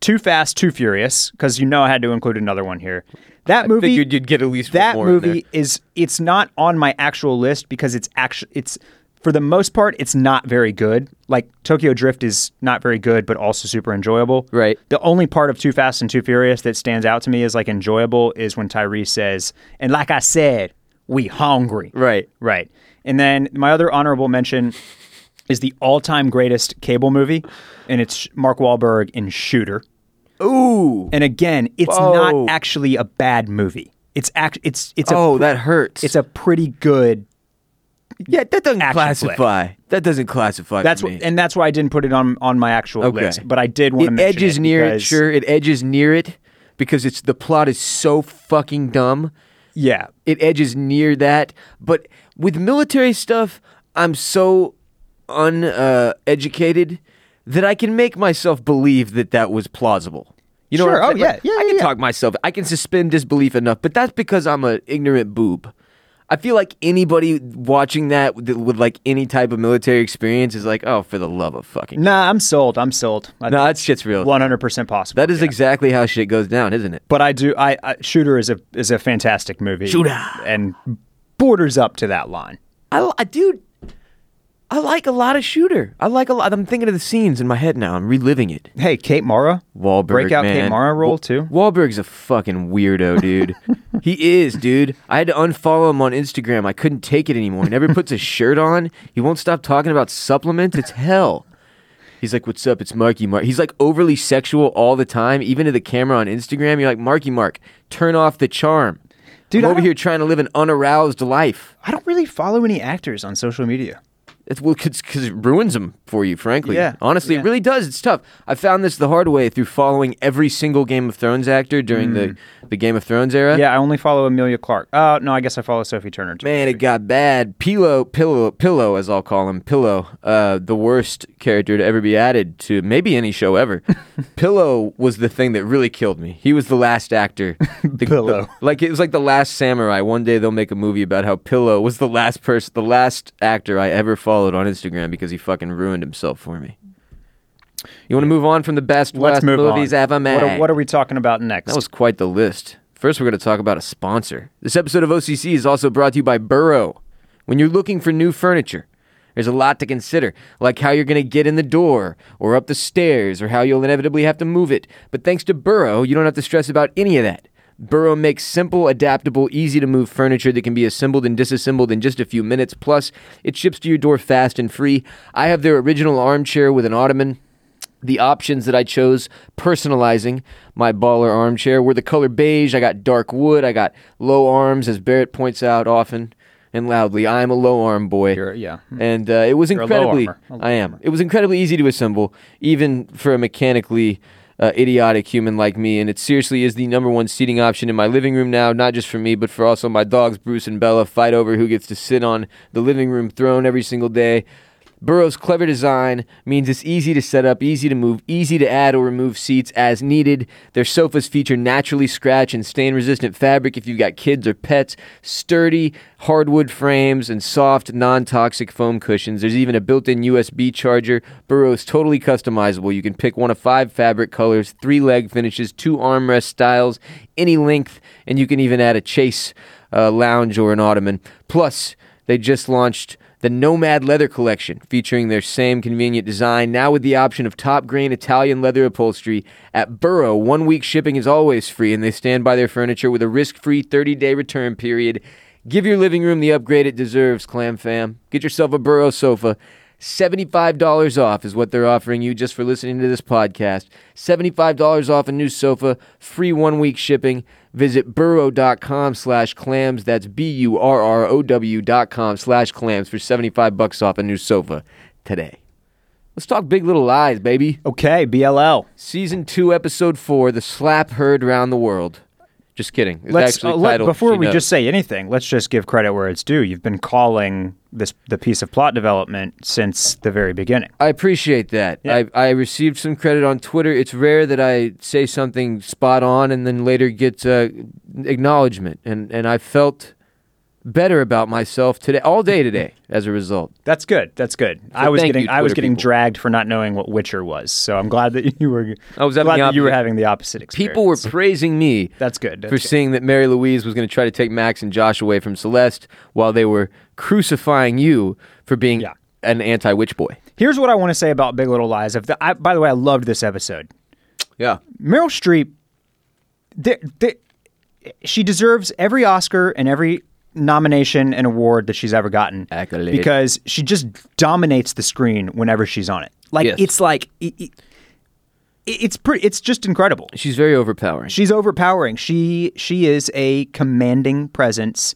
Speaker 3: Too Fast, Too Furious, because you know I had to include another one here. That movie.
Speaker 1: figured you'd get at least one
Speaker 3: that
Speaker 1: more in
Speaker 3: movie is it's not on my actual list because it's actually it's for the most part it's not very good. Like Tokyo Drift is not very good, but also super enjoyable.
Speaker 1: Right.
Speaker 3: The only part of Too Fast and Too Furious that stands out to me as like enjoyable is when Tyrese says, "And like I said, we hungry."
Speaker 1: Right.
Speaker 3: Right. And then my other honorable mention is the all-time greatest cable movie, and it's Mark Wahlberg in Shooter.
Speaker 1: Ooh.
Speaker 3: And again, it's
Speaker 1: Whoa.
Speaker 3: not actually a bad movie. It's act. It's it's a
Speaker 1: oh, that hurts.
Speaker 3: it's a pretty good.
Speaker 1: yeah. That doesn't
Speaker 3: action
Speaker 1: classify. That doesn't classify.
Speaker 3: That's
Speaker 1: for
Speaker 3: what,
Speaker 1: me.
Speaker 3: and that's why I didn't put it on on my actual list. But I did want to
Speaker 1: it
Speaker 3: mention
Speaker 1: edges
Speaker 3: it
Speaker 1: near
Speaker 3: because-
Speaker 1: it. Sure, it edges near it because it's the plot is so fucking dumb.
Speaker 3: Yeah.
Speaker 1: It edges near that, but with military stuff, I'm so uneducated uh, educated that I can make myself believe that that was plausible. You know
Speaker 3: Sure,
Speaker 1: what
Speaker 3: oh,
Speaker 1: I'm saying? Like,
Speaker 3: yeah, yeah,
Speaker 1: I
Speaker 3: yeah,
Speaker 1: can
Speaker 3: yeah.
Speaker 1: talk myself. I can suspend disbelief enough, but that's because I'm an ignorant boob. I feel like anybody watching that with, with like any type of military experience is like, oh, for the love of fucking.
Speaker 3: Nah, I'm sold. I'm sold.
Speaker 1: No, that shit's real.
Speaker 3: One hundred percent possible.
Speaker 1: That is
Speaker 3: yeah.
Speaker 1: exactly how shit goes down, isn't it?
Speaker 3: but I do. I, I Shooter is a is a fantastic movie.
Speaker 1: Shooter.
Speaker 3: and borders up to that line.
Speaker 1: I, I dude, I like a lot of shooter. I like a lot. I'm thinking of the scenes in my head now. I'm reliving it.
Speaker 3: Hey, Kate Mara,
Speaker 1: Wahlberg,
Speaker 3: breakout
Speaker 1: man.
Speaker 3: Kate Mara role
Speaker 1: Wa-
Speaker 3: too.
Speaker 1: Wahlberg's a fucking weirdo, dude.
Speaker 3: [LAUGHS]
Speaker 1: he is, dude. I had to unfollow him on Instagram. I couldn't take it anymore. He never puts a shirt on. He won't stop talking about supplements. It's hell. He's like, "What's up? It's Marky Mark." He's like overly sexual all the time, even to the camera on Instagram. You're like, "Marky Mark, turn off the charm."
Speaker 3: Dude,
Speaker 1: I'm
Speaker 3: I
Speaker 1: over
Speaker 3: don't-
Speaker 1: here trying to live an unaroused life.
Speaker 3: I don't really follow any actors on social media.
Speaker 1: It's well, because it ruins them for you, frankly.
Speaker 3: Yeah,
Speaker 1: Honestly,
Speaker 3: yeah.
Speaker 1: it really does. It's tough. I found this the hard way through following every single Game of Thrones actor
Speaker 3: Hmm.
Speaker 1: during the, the Game of Thrones era.
Speaker 3: Yeah, I only follow Amelia Clark. Uh, no, I guess I follow Sophie Turner. Too.
Speaker 1: Man, it got bad. Pillow, pillow, pillow, as I'll call him, pillow, uh, the worst character to ever be added to maybe any show
Speaker 3: [LAUGHS]
Speaker 1: ever. pillow was the thing that really killed me. He was the last
Speaker 3: [LAUGHS]
Speaker 1: actor. The,
Speaker 3: Pillow.
Speaker 1: the- like it was like the last samurai. One day they'll make a movie about how Pillow was the last person, the last actor I ever followed on Instagram because he fucking ruined himself for me. You want to move on from the best
Speaker 3: Let's
Speaker 1: West
Speaker 3: move
Speaker 1: movies
Speaker 3: on.
Speaker 1: ever made?
Speaker 3: What are, what are we talking about next?
Speaker 1: that was quite the list. First, we're going to talk about a sponsor. This episode of OCC is also brought to you by Burrow. When you're looking for new furniture, there's a lot to consider, like how you're going to get in the door or up the stairs or how you'll inevitably have to move it. But thanks to Burrow, you don't have to stress about any of that. Burrow makes simple, adaptable, easy to move furniture that can be assembled and disassembled in just a few minutes. Plus, it ships to your door fast and free. I have their original armchair with an ottoman. The options that I chose personalizing my baller armchair were the color beige. I got dark wood. I got low arms, as Barrett points out often and loudly. I am a low arm boy.
Speaker 3: You're- yeah.
Speaker 1: And uh, it was
Speaker 3: Hmm. a low
Speaker 1: incredibly.
Speaker 3: armer. A low
Speaker 1: I am. It was incredibly easy to assemble, even for a mechanically uh, idiotic human like me. And it seriously is the number one seating option in my living room now, not just for me, but for also my dogs, Bruce and Bella, fight over who gets to sit on the living room throne every single day. Burrow's clever design means it's easy to set up, easy to move, easy to add or remove seats as needed. Their sofas feature naturally scratch and stain resistant fabric if you've got kids or pets, sturdy hardwood frames, and soft, non toxic foam cushions. There's even a built in USB charger. Burrow's totally customizable. You can pick one of five fabric colors, three leg finishes, two armrest styles, any length, and you can even add a chase uh, lounge or an ottoman. Plus, they just launched the Nomad Leather Collection, featuring their same convenient design, now with the option of top grain Italian leather upholstery. At Burrow, one week shipping is always free, and they stand by their furniture with a risk free 30 day return period. Give your living room the upgrade it deserves, Clam Fam. Get yourself a Burrow sofa. $75 off is what they're offering you just for listening to this podcast. $75 off a new sofa, free one week shipping. Visit burrow.com slash clams. That's B U R R O W dot com slash clams for 75 bucks off a new sofa today. Let's talk Big Little Lies, baby.
Speaker 3: Okay, BLL.
Speaker 1: Season 2, Episode 4 The Slap Heard Round the World. Just kidding. It's
Speaker 3: Let's
Speaker 1: actually
Speaker 3: uh, let-
Speaker 1: titled
Speaker 3: before
Speaker 1: She
Speaker 3: we
Speaker 1: Knows.
Speaker 3: just say anything. Let's just give credit where it's due. You've been calling this the piece of plot development since the very beginning.
Speaker 1: I appreciate that.
Speaker 3: Yeah.
Speaker 1: I, I received some credit on Twitter. It's rare that I say something spot on and then later get uh, acknowledgement. And, and I felt better about myself today, all day
Speaker 3: [LAUGHS]
Speaker 1: today, as a result.
Speaker 3: That's good. That's good. I was
Speaker 1: thank
Speaker 3: getting
Speaker 1: you,
Speaker 3: I was
Speaker 1: Twitter
Speaker 3: getting
Speaker 1: people.
Speaker 3: dragged for not knowing what Witcher was. So I'm glad that you were
Speaker 1: I was having
Speaker 3: glad
Speaker 1: the
Speaker 3: that you were
Speaker 1: opposite-
Speaker 3: having the opposite experience.
Speaker 1: People were praising me
Speaker 3: That's good. That's
Speaker 1: for
Speaker 3: good.
Speaker 1: seeing that Mary Louise was going to try to take Max and Josh away from Celeste while they were crucifying you for being
Speaker 3: Yeah.
Speaker 1: an anti witch boy.
Speaker 3: Here's what I want to say about Big Little Lies. If the, I, by the way, I loved this episode.
Speaker 1: Yeah.
Speaker 3: Meryl Streep, there, there, she deserves every Oscar and every nomination and award that she's ever gotten
Speaker 1: Accolade.
Speaker 3: because she just dominates the screen whenever she's on it. Like
Speaker 1: Yes.
Speaker 3: it's like it, it, it's pretty. It's just incredible.
Speaker 1: She's very overpowering.
Speaker 3: She's overpowering. She she is a commanding presence,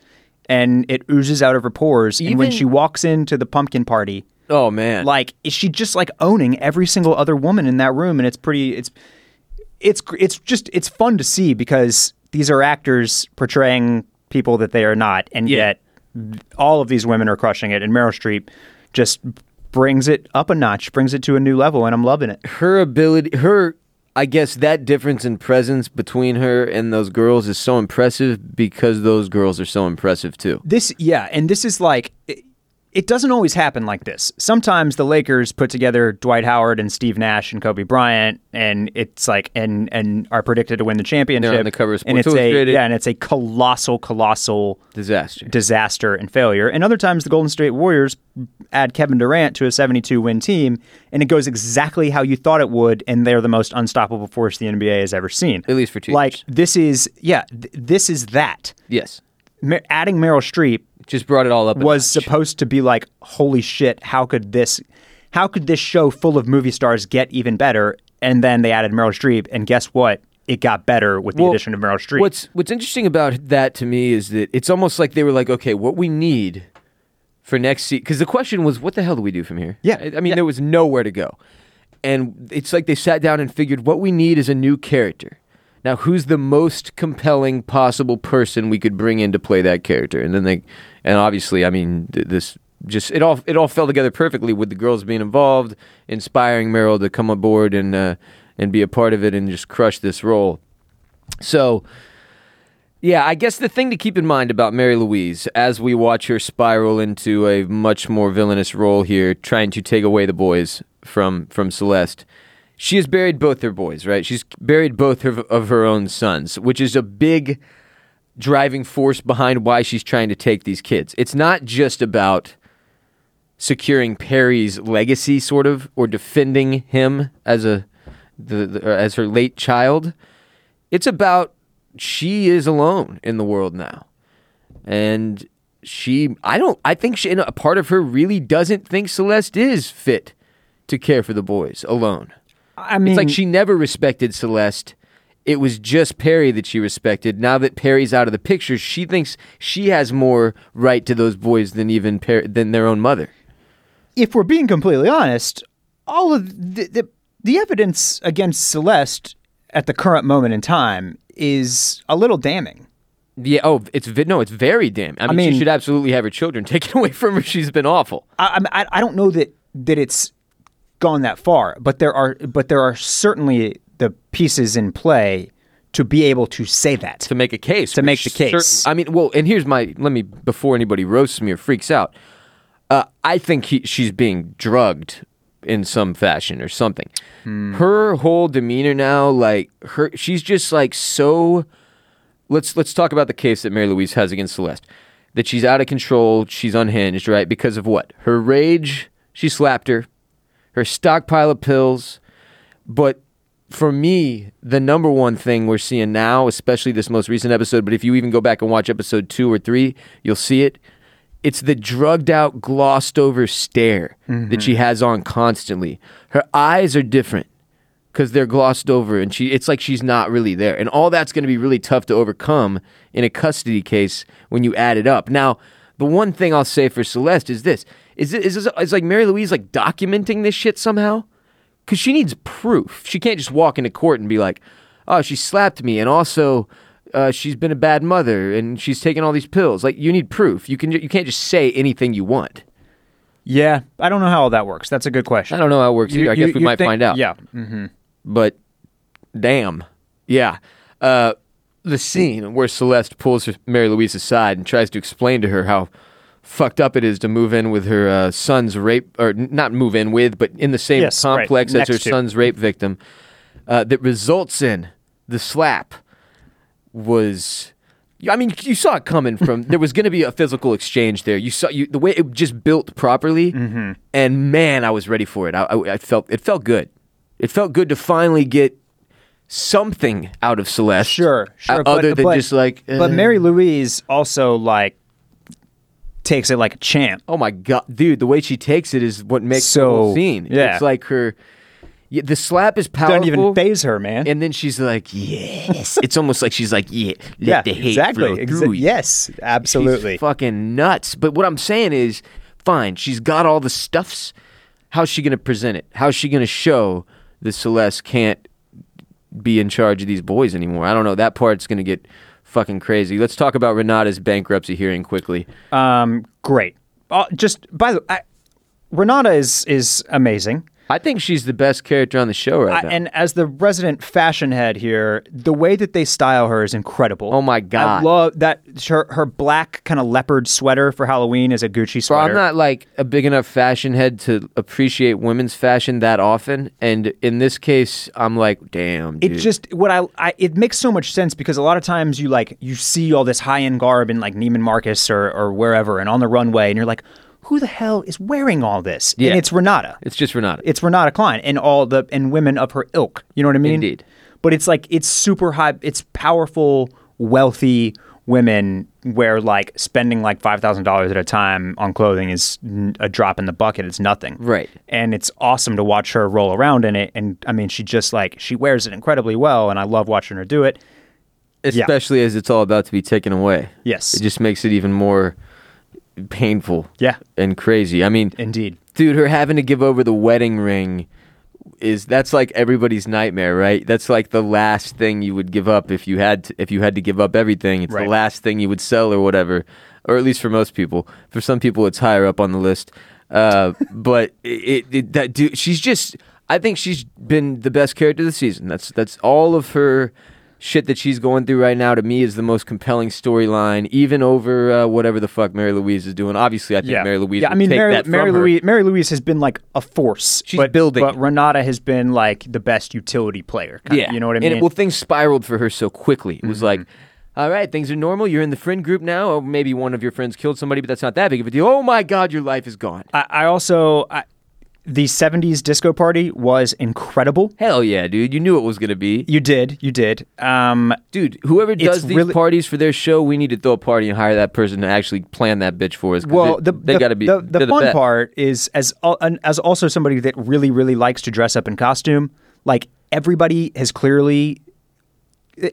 Speaker 3: and it oozes out of her pores. and when
Speaker 1: Even-
Speaker 3: she walks into the pumpkin party,
Speaker 1: oh, man.
Speaker 3: like is she just like owning every single other woman in that room and it's pretty it's it's gr- it's just it's fun to see because these are actors portraying people that they are not and
Speaker 1: Yeah.
Speaker 3: yet all of these women are crushing it and Meryl Streep just brings it up a notch brings it to a new level and I'm loving it
Speaker 1: her ability her I guess that difference in presence between her and those girls is so impressive because those girls are so impressive too.
Speaker 3: This, yeah, and this is like it, it doesn't always happen like this. Sometimes the Lakers put together Dwight Howard and Steve Nash and Kobe Bryant, and it's like and and are predicted to win the championship.
Speaker 1: the cover of
Speaker 3: and
Speaker 1: Sports
Speaker 3: it's a,
Speaker 1: Illustrated.
Speaker 3: yeah, and it's a colossal, colossal
Speaker 1: Disaster.
Speaker 3: disaster and failure. And other times, the Golden State Warriors add Kevin Durant to a 72 win team, and it goes exactly how you thought it would, and they're the most unstoppable force the NBA has ever seen.
Speaker 1: At least for two
Speaker 3: Like
Speaker 1: years.
Speaker 3: this is yeah, th- this is that.
Speaker 1: yes.
Speaker 3: Mer- adding Meryl Streep
Speaker 1: Just brought it all up. a
Speaker 3: was
Speaker 1: notch.
Speaker 3: supposed to be like, holy shit, how could this, how could this show full of movie stars get even better? And then they added Meryl Streep, and guess what? It got better with the
Speaker 1: Well,
Speaker 3: addition of Meryl Streep.
Speaker 1: What's what's interesting about that to me is that it's almost like they were like, okay, what we need for next season, because the question was, what the hell do we do from here?
Speaker 3: Yeah,
Speaker 1: I, I mean,
Speaker 3: yeah.
Speaker 1: there was nowhere to go, and it's like they sat down and figured what we need is a new character. Now, who's the most compelling possible person we could bring in to play that character? And then they, and obviously, I mean, th- this just it all it all fell together perfectly with the girls being involved, inspiring Meryl to come aboard and uh, and be a part of it and just crush this role. So, yeah, I guess the thing to keep in mind about Mary Louise as we watch her spiral into a much more villainous role here, trying to take away the boys from from Celeste, she has buried both her boys, right? She's buried both her, of her own sons, which is a big driving force behind why she's trying to take these kids. It's not just about securing Perry's legacy, sort of, or defending him as a the, the, or as her late child. It's about she is alone in the world now, and she. I don't. I think she. and A part of her really doesn't think Celeste is fit to care for the boys alone.
Speaker 3: I mean,
Speaker 1: It's like she never respected Celeste. It was just Perry that she respected. Now that Perry's out of the picture, she thinks she has more right to those boys than even per- than their own mother.
Speaker 3: if we're being completely honest, all of the, the the evidence against Celeste at the current moment in time is a little damning.
Speaker 1: Yeah. Oh, it's vi- no, it's very damn. I mean,
Speaker 3: mean-
Speaker 1: she should absolutely have her children [LAUGHS] taken away from her. She's been awful.
Speaker 3: I, I'm- I I don't know that that it's gone that far, but there are but there are certainly the pieces in play to be able to say that.
Speaker 1: to make a case.
Speaker 3: To
Speaker 1: which
Speaker 3: make the case.
Speaker 1: cer- I mean, well, and here's my. Let me before anybody roasts me or freaks out. Uh, I think he, she's being drugged in some fashion or something.
Speaker 3: Hmm.
Speaker 1: Her whole demeanor now, like her, she's just like so. Let's let's talk about the case that Mary Louise has against Celeste. That she's out of control, she's unhinged, right? Because of what? Her rage. She slapped her. Her stockpile of pills. But for me, the number one thing we're seeing now, especially this most recent episode, but if you even go back and watch episode two or three, you'll see it. It's the drugged out, glossed over stare that she has on constantly. Her eyes are different because they're glossed over, and she it's like she's not really there. And all that's going to be really tough to overcome in a custody case when you add it up. Now, the one thing I'll say for Celeste is this: is it, is this, is like Mary Louise like documenting this shit somehow? because she needs proof. She can't just walk into court and be like, "Oh, she slapped me," and also uh, she's been a bad mother and she's taken all these pills. Like, you need proof. You can you can't just say anything you want.
Speaker 3: Yeah, I don't know how all that works. That's a good
Speaker 1: I
Speaker 3: question.
Speaker 1: don't know how it works
Speaker 3: You-
Speaker 1: either. I
Speaker 3: you-
Speaker 1: guess we
Speaker 3: you
Speaker 1: might
Speaker 3: think-
Speaker 1: find out.
Speaker 3: Yeah, mm,
Speaker 1: but damn, yeah. Uh, the scene where Celeste pulls Mary Louise aside and tries to explain to her how fucked up it is to move in with her uh, son's rape, or n- not move in with, but in the same
Speaker 3: Yes, right,
Speaker 1: complex as
Speaker 3: next
Speaker 1: her
Speaker 3: to.
Speaker 1: son's rape victim, uh, that results in the slap was. I mean, you saw it coming
Speaker 3: [LAUGHS]
Speaker 1: from. there was going to be a physical exchange there. You saw you the way it just built properly,
Speaker 3: Mm-hmm.
Speaker 1: and man, I was ready for it. I, I, I felt it felt good. It felt good to finally get something out of Celeste.
Speaker 3: sure, sure.
Speaker 1: o- Uh, other than just like,
Speaker 3: but
Speaker 1: eh.
Speaker 3: Mary Louise also like takes it like a champ.
Speaker 1: Oh my god, dude! The way she takes it is what makes the whole
Speaker 3: So,
Speaker 1: scene.
Speaker 3: yeah.
Speaker 1: it's like her. Yeah, the slap is powerful.
Speaker 3: Don't even phase her, man.
Speaker 1: And then she's like, "Yes." it's almost like she's like, "Yeah, let
Speaker 3: yeah,
Speaker 1: the hate
Speaker 3: exactly.
Speaker 1: flow
Speaker 3: exa-
Speaker 1: through you.
Speaker 3: yes,
Speaker 1: She's
Speaker 3: absolutely.
Speaker 1: fucking nuts. But what I'm saying is, fine, she's got all the stuffs. How's she going to present it? How's she going to show that Celeste can't be in charge of these boys anymore? I don't know. That part's going to get fucking crazy. Let's talk about Renata's bankruptcy hearing quickly.
Speaker 3: um, great. Uh, just by the I, Renata is is amazing.
Speaker 1: I think she's the best character on the show right
Speaker 3: I-
Speaker 1: now.
Speaker 3: and as the resident fashion head here, the way that they style her is incredible.
Speaker 1: Oh my God.
Speaker 3: I love that her her black kind of leopard sweater for Halloween is a Gucci
Speaker 1: Bro,
Speaker 3: sweater.
Speaker 1: I'm not like a big enough fashion head to appreciate women's fashion that often. And in this case, I'm like, damn,
Speaker 3: it
Speaker 1: dude.
Speaker 3: just what I, I it makes so much sense because a lot of times you like you see all this high end garb in like Neiman Marcus or or wherever and on the runway and you're like, who the hell is wearing all this?
Speaker 1: Yeah.
Speaker 3: And it's Renata.
Speaker 1: it's just Renata.
Speaker 3: It's Renata Klein and all the and women of her ilk. You know what I mean?
Speaker 1: Indeed.
Speaker 3: But it's like it's super high. It's powerful, wealthy women where like spending like five thousand dollars at a time on clothing is n- a drop in the bucket. It's nothing.
Speaker 1: Right.
Speaker 3: And it's awesome to watch her roll around in it. And I mean, she just like she wears it incredibly well, and I love watching her do it.
Speaker 1: especially as it's all about to be taken away.
Speaker 3: Yes.
Speaker 1: It just makes it even more painful.
Speaker 3: Yeah.
Speaker 1: And crazy. I mean,
Speaker 3: Indeed.
Speaker 1: dude, her having to give over the wedding ring is that's like everybody's nightmare, right? That's like the last thing you would give up if you had to, if you had to give up everything. It's
Speaker 3: Right.
Speaker 1: the last thing you would sell or whatever, or at least for most people. For some people, it's higher up on the list. Uh, [LAUGHS] but it, it that dude, she's just. I think she's been the best character this season. That's that's all of her shit that she's going through right now to me is the most compelling storyline, even over uh, whatever the fuck Mary Louise is doing. Obviously, I think Mary Louise.
Speaker 3: Yeah, I
Speaker 1: would
Speaker 3: mean,
Speaker 1: take
Speaker 3: Mary,
Speaker 1: that from
Speaker 3: Mary
Speaker 1: her.
Speaker 3: Louise. Mary Louise has been like a force.
Speaker 1: She's
Speaker 3: but,
Speaker 1: building
Speaker 3: But
Speaker 1: it.
Speaker 3: Renata has been like the best utility player. kinda, you know what I mean. Mm-hmm.
Speaker 1: And it, well, things spiraled for her so quickly. It was like, all right, things are normal. You're in the friend group now. Oh, maybe one of your friends killed somebody, but that's not that big of a deal. Oh my God, your life is gone.
Speaker 3: I, I also I, the '70s disco party was incredible.
Speaker 1: Hell yeah, dude. You knew it was going to be.
Speaker 3: You did, you did. Um,
Speaker 1: Dude, whoever does these
Speaker 3: really-
Speaker 1: parties for their show, we need to throw a party and hire that person to actually plan that bitch for us. 'cause
Speaker 3: well,
Speaker 1: it-
Speaker 3: the,
Speaker 1: they
Speaker 3: the-
Speaker 1: got to be
Speaker 3: the, the
Speaker 1: they're
Speaker 3: fun
Speaker 1: best.
Speaker 3: part is as al- and as also somebody that really really likes to dress up in costume. Like everybody has clearly. eh,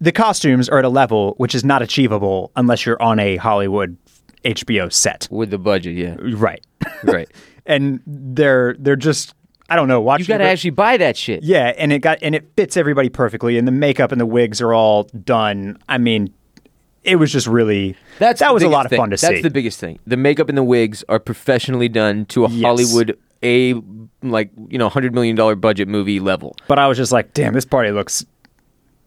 Speaker 3: The costumes are at a level which is not achievable unless you're on a Hollywood HBO set.
Speaker 1: with the budget. Yeah,
Speaker 3: Right.
Speaker 1: right.
Speaker 3: [LAUGHS] and they're they're just I don't know. Watching
Speaker 1: You got to
Speaker 3: it-
Speaker 1: actually buy that shit.
Speaker 3: yeah, and it got and it fits everybody perfectly, and the makeup and the wigs are all done. I mean, it was just really
Speaker 1: That's
Speaker 3: that
Speaker 1: the
Speaker 3: was a
Speaker 1: biggest
Speaker 3: lot of
Speaker 1: thing.
Speaker 3: fun to
Speaker 1: That's
Speaker 3: see.
Speaker 1: the biggest thing. The makeup and the wigs are professionally done to a
Speaker 3: Yes.
Speaker 1: Hollywood a like you know hundred million dollar budget movie level.
Speaker 3: but I was just like, damn, this party looks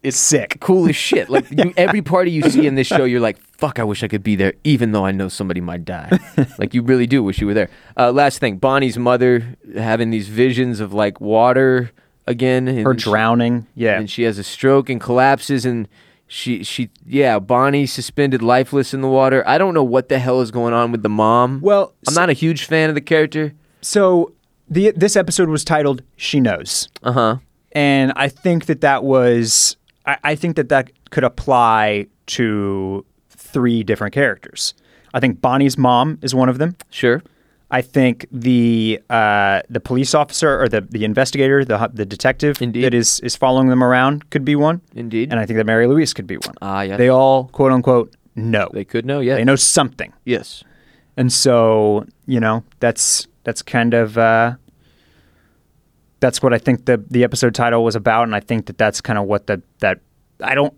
Speaker 3: it's sick.
Speaker 1: Cool as shit. Like you, every party you see in this show, you're like, "Fuck! I wish I could be there," even though I know somebody might [LAUGHS] die. like you really do wish you were there. Uh, last thing, Bonnie's mother having these visions of like water again. And
Speaker 3: Her
Speaker 1: she-
Speaker 3: drowning, yeah,
Speaker 1: and she has a stroke and collapses and she she yeah bonnie suspended lifeless in the water i don't know what the hell is going on with the mom
Speaker 3: Well,
Speaker 1: i'm
Speaker 3: so-
Speaker 1: not a huge fan of the character
Speaker 3: So the this episode was titled "She Knows,"
Speaker 1: uh-huh
Speaker 3: and I think that that was I, I think that that could apply to three different characters. I think Bonnie's mom is one of them.
Speaker 1: sure
Speaker 3: I think the uh, the police officer or the, the investigator, the hu- the detective
Speaker 1: Indeed.
Speaker 3: that is is following them around could be one.
Speaker 1: Indeed.
Speaker 3: and I think that Mary Louise could be one.
Speaker 1: Ah, yeah.
Speaker 3: They all quote unquote know.
Speaker 1: they could know yeah
Speaker 3: They know something,
Speaker 1: yes
Speaker 3: and so you know that's that's kind of uh, that's what I think the the episode title was about, and I think that that's kind of what the that I don't.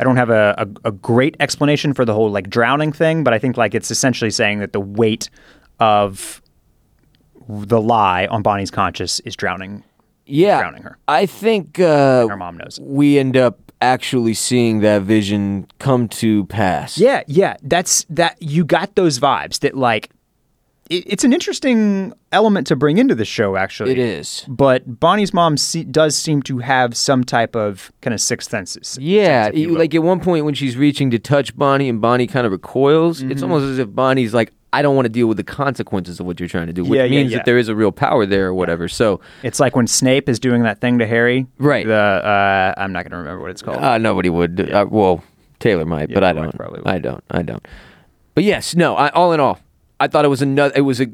Speaker 3: I don't have a, a, a great explanation for the whole like drowning thing, but I think like it's essentially saying that the weight of the lie on Bonnie's conscience is drowning.
Speaker 1: yeah
Speaker 3: Drowning her.
Speaker 1: i think uh
Speaker 3: Her mom knows.
Speaker 1: we end up actually seeing that vision come to pass
Speaker 3: Yeah, yeah, that's that. You got those vibes that like it, it's an interesting element to bring into the show. Actually,
Speaker 1: it is
Speaker 3: But Bonnie's mom se- does seem to have some type of kind of sixth senses.
Speaker 1: Yeah,
Speaker 3: sense, if you
Speaker 1: you-
Speaker 3: will.
Speaker 1: like at one point when she's reaching to touch Bonnie and Bonnie kind of recoils, it's almost as if Bonnie's like, I don't want to deal with the consequences of what you're trying to do, which
Speaker 3: Yeah, yeah,
Speaker 1: means
Speaker 3: yeah.
Speaker 1: that there is a real power there or whatever. So,
Speaker 3: It's like when Snape is doing that thing to Harry.
Speaker 1: Right.
Speaker 3: The uh, I'm not going to remember what it's called.
Speaker 1: uh, nobody would. Uh, well, Taylor might, but I
Speaker 3: Mike
Speaker 1: don't.
Speaker 3: probably would.
Speaker 1: I don't. I don't. But yes, no. I, all in all, I thought it was another. It was a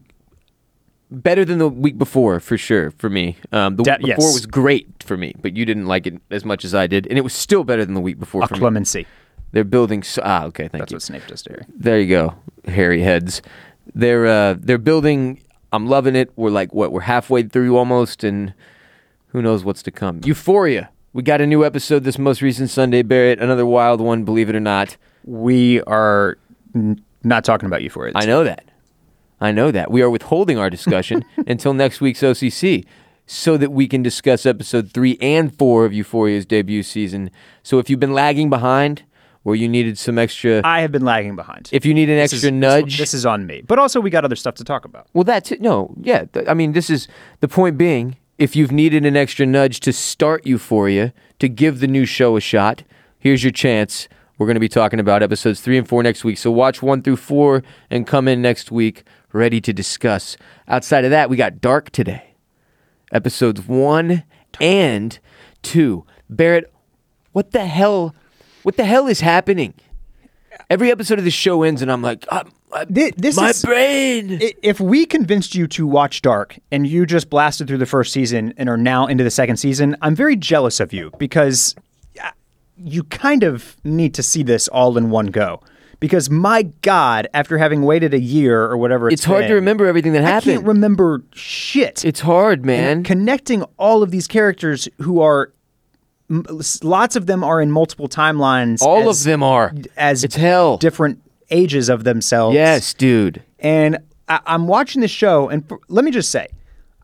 Speaker 1: better than the week before for sure for me. Um, the
Speaker 3: De-
Speaker 1: week before
Speaker 3: yes.
Speaker 1: was great for me, but you didn't like it as much as I did, and it was still better than the week before
Speaker 3: a
Speaker 1: for me.
Speaker 3: clemency.
Speaker 1: They're building. So, ah, okay, thank
Speaker 3: That's
Speaker 1: you.
Speaker 3: what Snape does to Harry.
Speaker 1: There you go, hairy heads. They're uh, they're building. I'm loving it. We're like what? We're halfway through almost, and who knows what's to come? Euphoria. We got a new episode this most recent Sunday. Barrett, another wild one. Believe it or not,
Speaker 3: We are n- not talking about Euphoria.
Speaker 1: I know that. I know that. We are withholding our discussion [LAUGHS] until next week's OCC so that we can discuss episode three and four of Euphoria's debut season. So if you've been lagging behind, or you needed some extra,
Speaker 3: I have been lagging behind.
Speaker 1: if you need an
Speaker 3: This is-
Speaker 1: extra
Speaker 3: this-
Speaker 1: nudge,
Speaker 3: this is on me. But also, we got other stuff to talk about.
Speaker 1: Well, that's it. No, yeah. th- I mean, this is the point being if you've needed an extra nudge to start Euphoria, to give the new show a shot, here's your chance. We're going to be talking about episodes three and four next week. So watch one through four and come in next week ready to discuss. Outside of that, we got Dark today, episodes one and two. Barrett, what the hell? What the hell is happening? Every episode of the show ends, and I'm like, ah, ah,
Speaker 3: Thi- this
Speaker 1: my
Speaker 3: is-
Speaker 1: brain.
Speaker 3: I- If we convinced you to watch Dark and you just blasted through the first season and are now into the second season, I'm very jealous of you because uh, you kind of need to see this all in one go. Because my God, after having waited a year or whatever, it's,
Speaker 1: It's hard to
Speaker 3: been,
Speaker 1: remember everything that
Speaker 3: I
Speaker 1: happened.
Speaker 3: can't remember shit.
Speaker 1: it's hard, man.
Speaker 3: Connecting all of these characters who are m- s- lots of them are in multiple timelines.
Speaker 1: All
Speaker 3: as-
Speaker 1: of them are.
Speaker 3: as
Speaker 1: it's hell.
Speaker 3: different ages of themselves.
Speaker 1: yes, dude.
Speaker 3: and I, I'm watching this show. And f let me just say,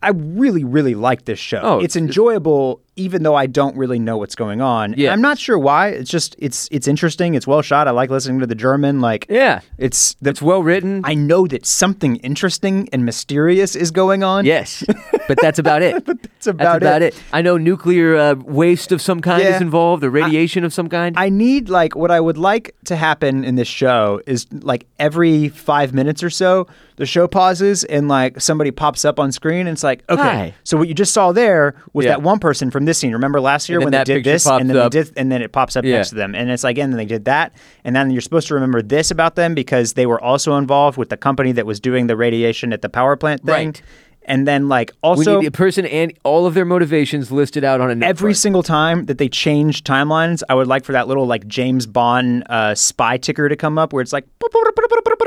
Speaker 3: I really, really like this show.
Speaker 1: Oh,
Speaker 3: it's
Speaker 1: it's-
Speaker 3: enjoyable, even though I don't really know what's going on.
Speaker 1: Yeah.
Speaker 3: I'm not sure why. It's just it's it's interesting. It's well shot. I like listening to the German. Like
Speaker 1: Yeah.
Speaker 3: it's the,
Speaker 1: It's well written.
Speaker 3: I know that something interesting and mysterious is going on.
Speaker 1: yes, but that's about
Speaker 3: [LAUGHS]
Speaker 1: it. but
Speaker 3: that's about
Speaker 1: it.
Speaker 3: it.
Speaker 1: I know nuclear uh, waste of some kind
Speaker 3: Yeah.
Speaker 1: is involved, or radiation of some kind.
Speaker 3: I need like what I would like to happen in this show is like every five minutes or so, the show pauses and like somebody pops up on screen and it's like, okay,
Speaker 1: Hi.
Speaker 3: so what you just saw there was
Speaker 1: Yeah.
Speaker 3: that one person from this scene. Remember last year
Speaker 1: then
Speaker 3: when they
Speaker 1: that
Speaker 3: did
Speaker 1: picture
Speaker 3: this
Speaker 1: popped
Speaker 3: and then
Speaker 1: up.
Speaker 3: they did and then it pops up
Speaker 1: Yeah.
Speaker 3: next to them and it's like, and then they did that and then you're supposed to remember this about them because they were also involved with the company that was doing the radiation at the power plant thing.
Speaker 1: Right.
Speaker 3: And then like
Speaker 1: we
Speaker 3: also
Speaker 1: need a person and all of their motivations listed out on a note
Speaker 3: every
Speaker 1: card.
Speaker 3: single time that they change timelines, I would like for that little like James Bond uh, spy ticker to come up where it's like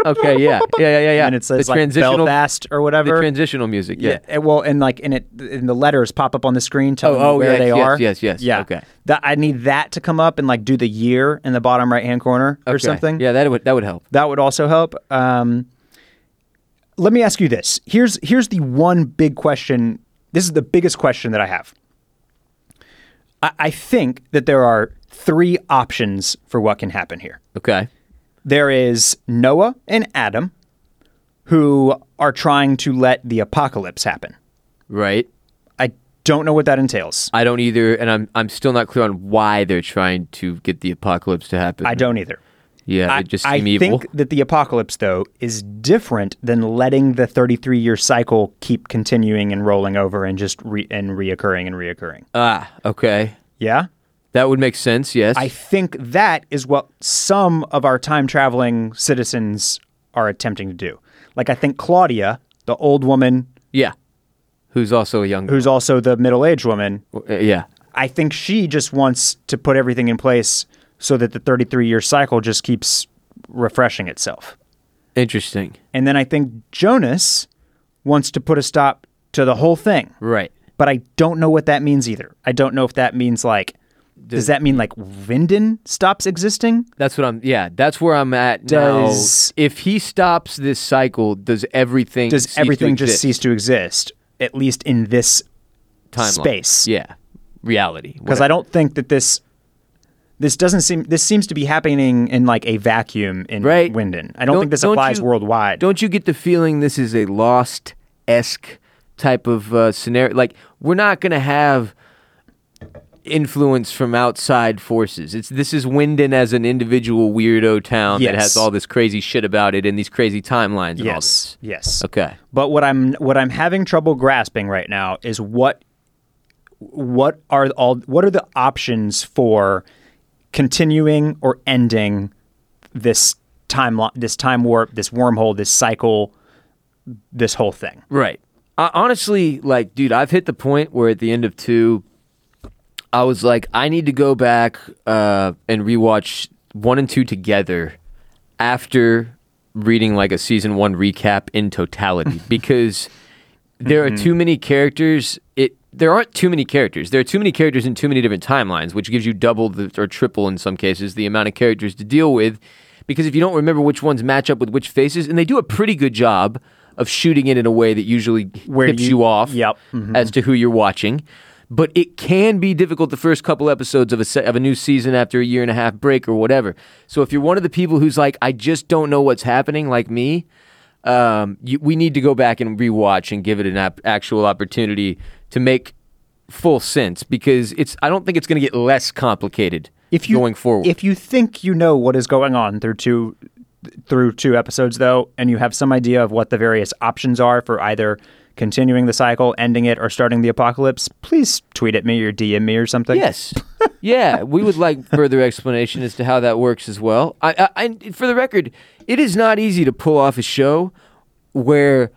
Speaker 1: Okay, yeah. Yeah, yeah, yeah, yeah.
Speaker 3: and it
Speaker 1: The
Speaker 3: says like
Speaker 1: transitional-
Speaker 3: Belfast or whatever.
Speaker 1: the transitional music. Yeah.
Speaker 3: yeah. and- well, and like and it and the letters pop up on the screen telling
Speaker 1: Oh, oh,
Speaker 3: you where
Speaker 1: yes,
Speaker 3: they
Speaker 1: yes,
Speaker 3: are.
Speaker 1: yes, yes.
Speaker 3: Yeah.
Speaker 1: Okay.
Speaker 3: That I need that to come up and like do the year in the bottom right hand corner or
Speaker 1: Okay.
Speaker 3: something.
Speaker 1: Yeah, that would that would help.
Speaker 3: That would also help. Um, let me ask you this. Here's here's the one big question. This is the biggest question that I have. I, I think that there are three options for what can happen here.
Speaker 1: Okay.
Speaker 3: There is Noah and Adam, who are trying to let the apocalypse happen.
Speaker 1: Right.
Speaker 3: I don't know what that entails.
Speaker 1: I don't either, and I'm I'm still not clear on why they're trying to get the apocalypse to happen.
Speaker 3: I don't either.
Speaker 1: Yeah, they just seem
Speaker 3: I
Speaker 1: evil.
Speaker 3: think that the apocalypse, though, is different than letting the 33 year cycle keep continuing and rolling over and just re- and reoccurring and reoccurring.
Speaker 1: ah, okay.
Speaker 3: yeah,
Speaker 1: That would make sense. Yes.
Speaker 3: I think that is what some of our time traveling citizens are attempting to do. Like, I think Claudia, the old woman
Speaker 1: yeah. Who's also a young?
Speaker 3: who's also the middle aged woman,
Speaker 1: uh, yeah.
Speaker 3: I think she just wants to put everything in place so that the 33 year cycle just keeps refreshing itself.
Speaker 1: Interesting.
Speaker 3: And then I think Jonas wants to put a stop to the whole thing.
Speaker 1: Right.
Speaker 3: But I don't know what that means either. I don't know if that means like does that mean like Vinden stops existing?
Speaker 1: That's what I'm. Yeah, that's where I'm at
Speaker 3: Does-
Speaker 1: now. If he stops this cycle, does everything
Speaker 3: Does
Speaker 1: cease to
Speaker 3: everything just
Speaker 1: exist?
Speaker 3: cease to exist at least in this
Speaker 1: Timeline.
Speaker 3: space?
Speaker 1: Yeah, reality.
Speaker 3: Cuz I don't think that this this doesn't seem this seems to be happening in like a vacuum in
Speaker 1: Right.
Speaker 3: Winden. I don't, think this applies
Speaker 1: you-
Speaker 3: worldwide.
Speaker 1: Don't you get the feeling this is a lost esque type of uh, scenario? Like we're not gonna have influence from outside forces. It's this is Wyndon as an individual weirdo town that
Speaker 3: Yes.
Speaker 1: has all this crazy shit about it and these crazy timelines. And all
Speaker 3: yes.
Speaker 1: this.
Speaker 3: Yes.
Speaker 1: Okay.
Speaker 3: But what I'm what I'm having trouble grasping right now is what what are all what are the options for continuing or ending this time lo- this time warp, this wormhole, this cycle, this whole thing.
Speaker 1: Right. I, honestly, like, dude, I've hit the point where at the end of two, I was like, I need to go back uh, and rewatch one and two together after reading like a season one recap in
Speaker 3: [LAUGHS]
Speaker 1: totality because there are
Speaker 3: Mm-hmm.
Speaker 1: too many characters. It there aren't too many characters. There are too many characters in too many different timelines, which gives you double the, or triple in some cases the amount of characters to deal with. Because if you don't remember which ones match up with which faces, and they do a pretty good job of shooting it in a way that usually
Speaker 3: Where
Speaker 1: tips
Speaker 3: you-
Speaker 1: you off
Speaker 3: Yep.
Speaker 1: Mm-hmm. as to who you're watching. But it can be difficult the first couple episodes of a se- of a new season after a year and a half break or whatever. So if you're one of the people who's like, I just don't know what's happening, like me, um, you, we need to go back and rewatch and give it an ap- actual opportunity to make full sense because it's. I don't think it's going to get less complicated
Speaker 3: If you
Speaker 1: going forward.
Speaker 3: if you think you know what is going on through two through two episodes though, and you have some idea of what the various options are for either continuing the cycle, ending it, or starting the apocalypse, please tweet at me or DM me or something.
Speaker 1: Yes. [LAUGHS] yeah, we would like further explanation as to how that works as well. I, I, I, for the record, it is not easy to pull off a show where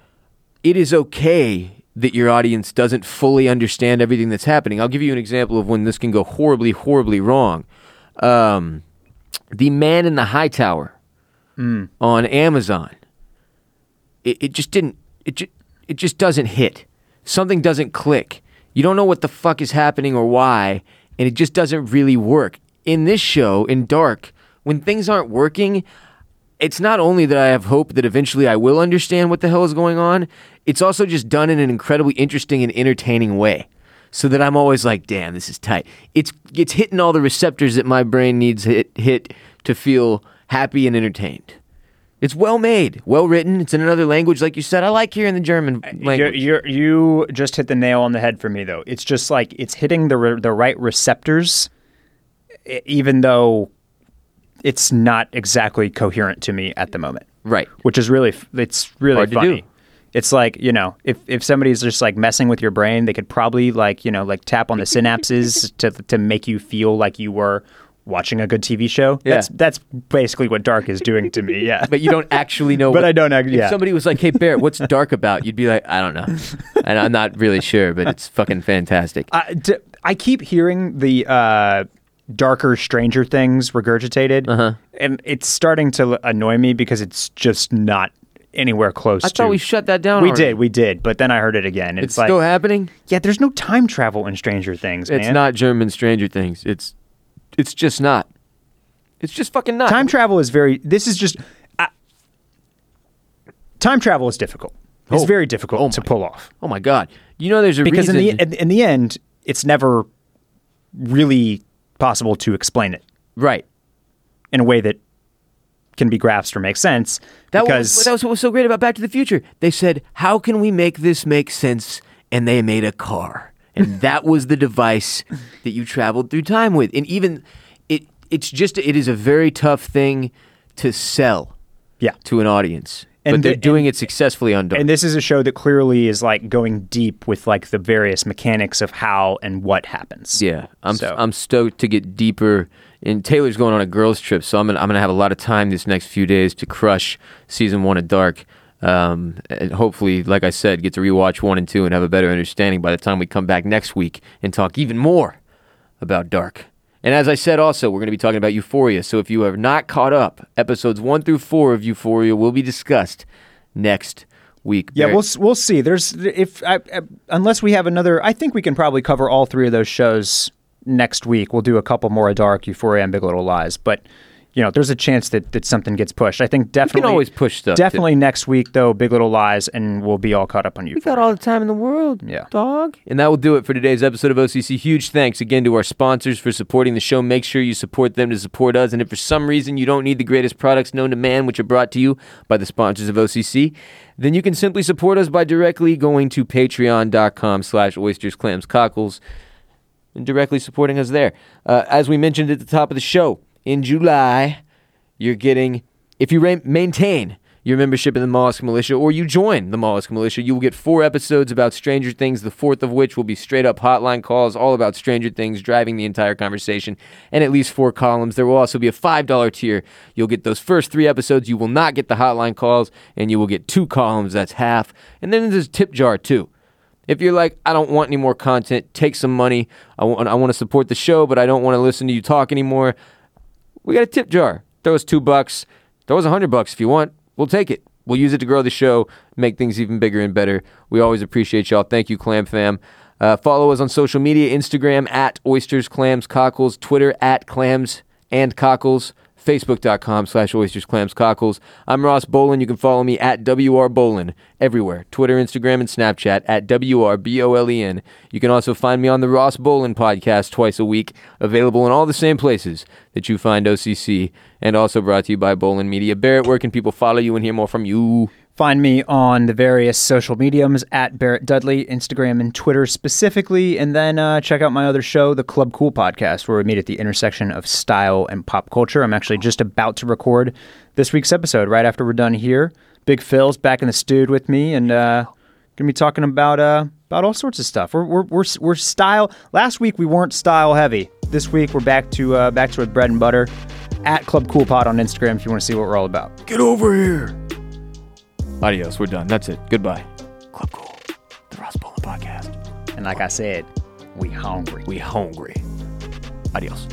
Speaker 1: it is okay that your audience doesn't fully understand everything that's happening. I'll give you an example of when this can go horribly, horribly wrong. Um, the Man in the High Tower on Amazon. It, it just didn't. It ju- it just doesn't hit. Something doesn't click. You don't know what the fuck is happening or why, and it just doesn't really work. In this show, in Dark, when things aren't working, it's not only that I have hope that eventually I will understand what the hell is going on. It's also just done in an incredibly interesting and entertaining way. so that I'm always like, damn, this is tight. It's it's hitting all the receptors that my brain needs hit hit to feel happy and entertained. It's well made, well written. It's in another language, like you said. I like hearing the German
Speaker 3: Uh, You're,
Speaker 1: language.
Speaker 3: you're, you just hit the nail on the head for me, though. It's just like it's hitting the re- the right receptors, e- even though it's not exactly coherent to me at the moment.
Speaker 1: Right.
Speaker 3: Which is really f- it's really
Speaker 1: Hard to
Speaker 3: funny.
Speaker 1: do.
Speaker 3: It's like you know, if if somebody's just like messing with your brain, they could probably like you know like tap on the synapses
Speaker 1: [LAUGHS]
Speaker 3: to to make you feel like you were watching a good TV show.
Speaker 1: Yeah.
Speaker 3: That's that's basically what Dark is doing to me.
Speaker 1: [LAUGHS]
Speaker 3: Yeah.
Speaker 1: But you don't actually know.
Speaker 3: [LAUGHS] But
Speaker 1: what-
Speaker 3: I don't act-
Speaker 1: If
Speaker 3: yeah.
Speaker 1: somebody was like, "Hey Barrett, what's dark about?" You'd be like, "I don't
Speaker 3: [LAUGHS]
Speaker 1: know," and I'm not really sure, but it's fucking fantastic.
Speaker 3: I, d- I keep hearing the uh, darker Stranger Things regurgitated,
Speaker 1: Uh-huh.
Speaker 3: and it's starting to annoy me because it's just not anywhere close.
Speaker 1: I
Speaker 3: to,
Speaker 1: thought we shut that down.
Speaker 3: We
Speaker 1: already.
Speaker 3: did, we did, but then I heard it again. and
Speaker 1: It's
Speaker 3: It's, like,
Speaker 1: still happening.
Speaker 3: yeah, there's no time travel in Stranger Things,
Speaker 1: It's
Speaker 3: man.
Speaker 1: not German Stranger Things. It's it's just not. It's just fucking not.
Speaker 3: time travel is very. This is just. I, time travel is difficult. It's
Speaker 1: Oh.
Speaker 3: very difficult
Speaker 1: Oh
Speaker 3: to
Speaker 1: my-
Speaker 3: pull off.
Speaker 1: Oh my god! You know, there's a
Speaker 3: because
Speaker 1: reason.
Speaker 3: in the in, in the end, it's never really possible to explain it
Speaker 1: right.
Speaker 3: in a way that can be grasped or make sense.
Speaker 1: That
Speaker 3: because
Speaker 1: was that was what was so great about Back to the Future. They said, "How can we make this make sense?" And they made a car,
Speaker 3: [LAUGHS]
Speaker 1: and that was the device that you traveled through time with. And even it, it's just it is a very tough thing to sell
Speaker 3: yeah,
Speaker 1: to an audience, but
Speaker 3: And
Speaker 1: they're
Speaker 3: the-
Speaker 1: doing it successfully on Dark.
Speaker 3: and this is a show that clearly is like going deep with like the various mechanics of how and what happens.
Speaker 1: Yeah, I'm
Speaker 3: So-
Speaker 1: I'm stoked to get deeper. And Taylor's going on a girls' trip, so I'm gonna, I'm gonna have a lot of time this next few days to crush season one of Dark. Um, and hopefully, like I said, get to rewatch one and two and have a better understanding by the time we come back next week and talk even more about Dark. And as I said, also, we're going to be talking about Euphoria. So if you have not caught up, episodes one through four of Euphoria will be discussed next week.
Speaker 3: Yeah,
Speaker 1: Barrett,
Speaker 3: we'll s- we'll see. There's if I, I, unless we have another, I think we can probably cover all three of those shows next week. We'll do a couple more of Dark, Euphoria, and Big Little Lies. But you know, there's a chance that, that something gets pushed. I think definitely
Speaker 1: always push stuff, too.
Speaker 3: Definitely next week though, Big Little Lies, and we'll be all caught up on you.
Speaker 1: We got all the time in the world,
Speaker 3: Yeah.
Speaker 1: dog. And that will do it for today's episode of OCC. Huge thanks again to our sponsors for supporting the show. Make sure you support them to support us. And if for some reason you don't need the greatest products known to man, which are brought to you by the sponsors of OCC, then you can simply support us by directly going to patreon.com slash oysters, clams, cockles and directly supporting us there. Uh, as we mentioned at the top of the show, in July, you're getting, if you ra- maintain your membership in the Mollusk Militia or you join the Mollusk Militia, you will get four episodes about Stranger Things, the fourth of which will be straight up hotline calls all about Stranger Things, driving the entire conversation, and at least four columns. There will also be a $5 tier. You'll get those first three episodes. You will not get the hotline calls, and you will get two columns. That's half. And then there's tip jar, too. If you're like, I don't want any more content, take some money. I want, I want to support the show, but I don't want to listen to you talk anymore. We got a tip jar. Throw us two bucks. Throw us a hundred bucks if you want. We'll take it. We'll use it to grow the show, make things even bigger and better. We always appreciate y'all. Thank you, Clam Fam. Uh, follow us on social media Instagram at oysters, clams, cockles, Twitter at clams and cockles facebook.com slash oysters clams cockles i'm ross bolin you can follow me at wr bolin everywhere twitter instagram and snapchat at w-r-b-o-l-e-n E you can also find me on the ross bolin podcast twice a week available in all the same places that you find occ and also brought to you by bolin media barrett where can people follow you and hear more from you
Speaker 3: Find me on the various social mediums at Barrett Dudley, Instagram and Twitter specifically, and then uh, check out my other show, the Club Cool Podcast, where we meet at the intersection of style and pop culture. I'm actually just about to record this week's episode right after we're done here. Big Phil's back in the stewed with me, and uh, gonna be talking about uh, about all sorts of stuff. We're, we're we're we're style. Last week we weren't style heavy. This week we're back to uh, back to our bread and butter. At Club Cool Pod on Instagram if you want to see what we're all about.
Speaker 1: get over here adios we're done that's it goodbye club cool the ross bolin podcast
Speaker 3: And like I said, we hungry.
Speaker 1: we hungry adios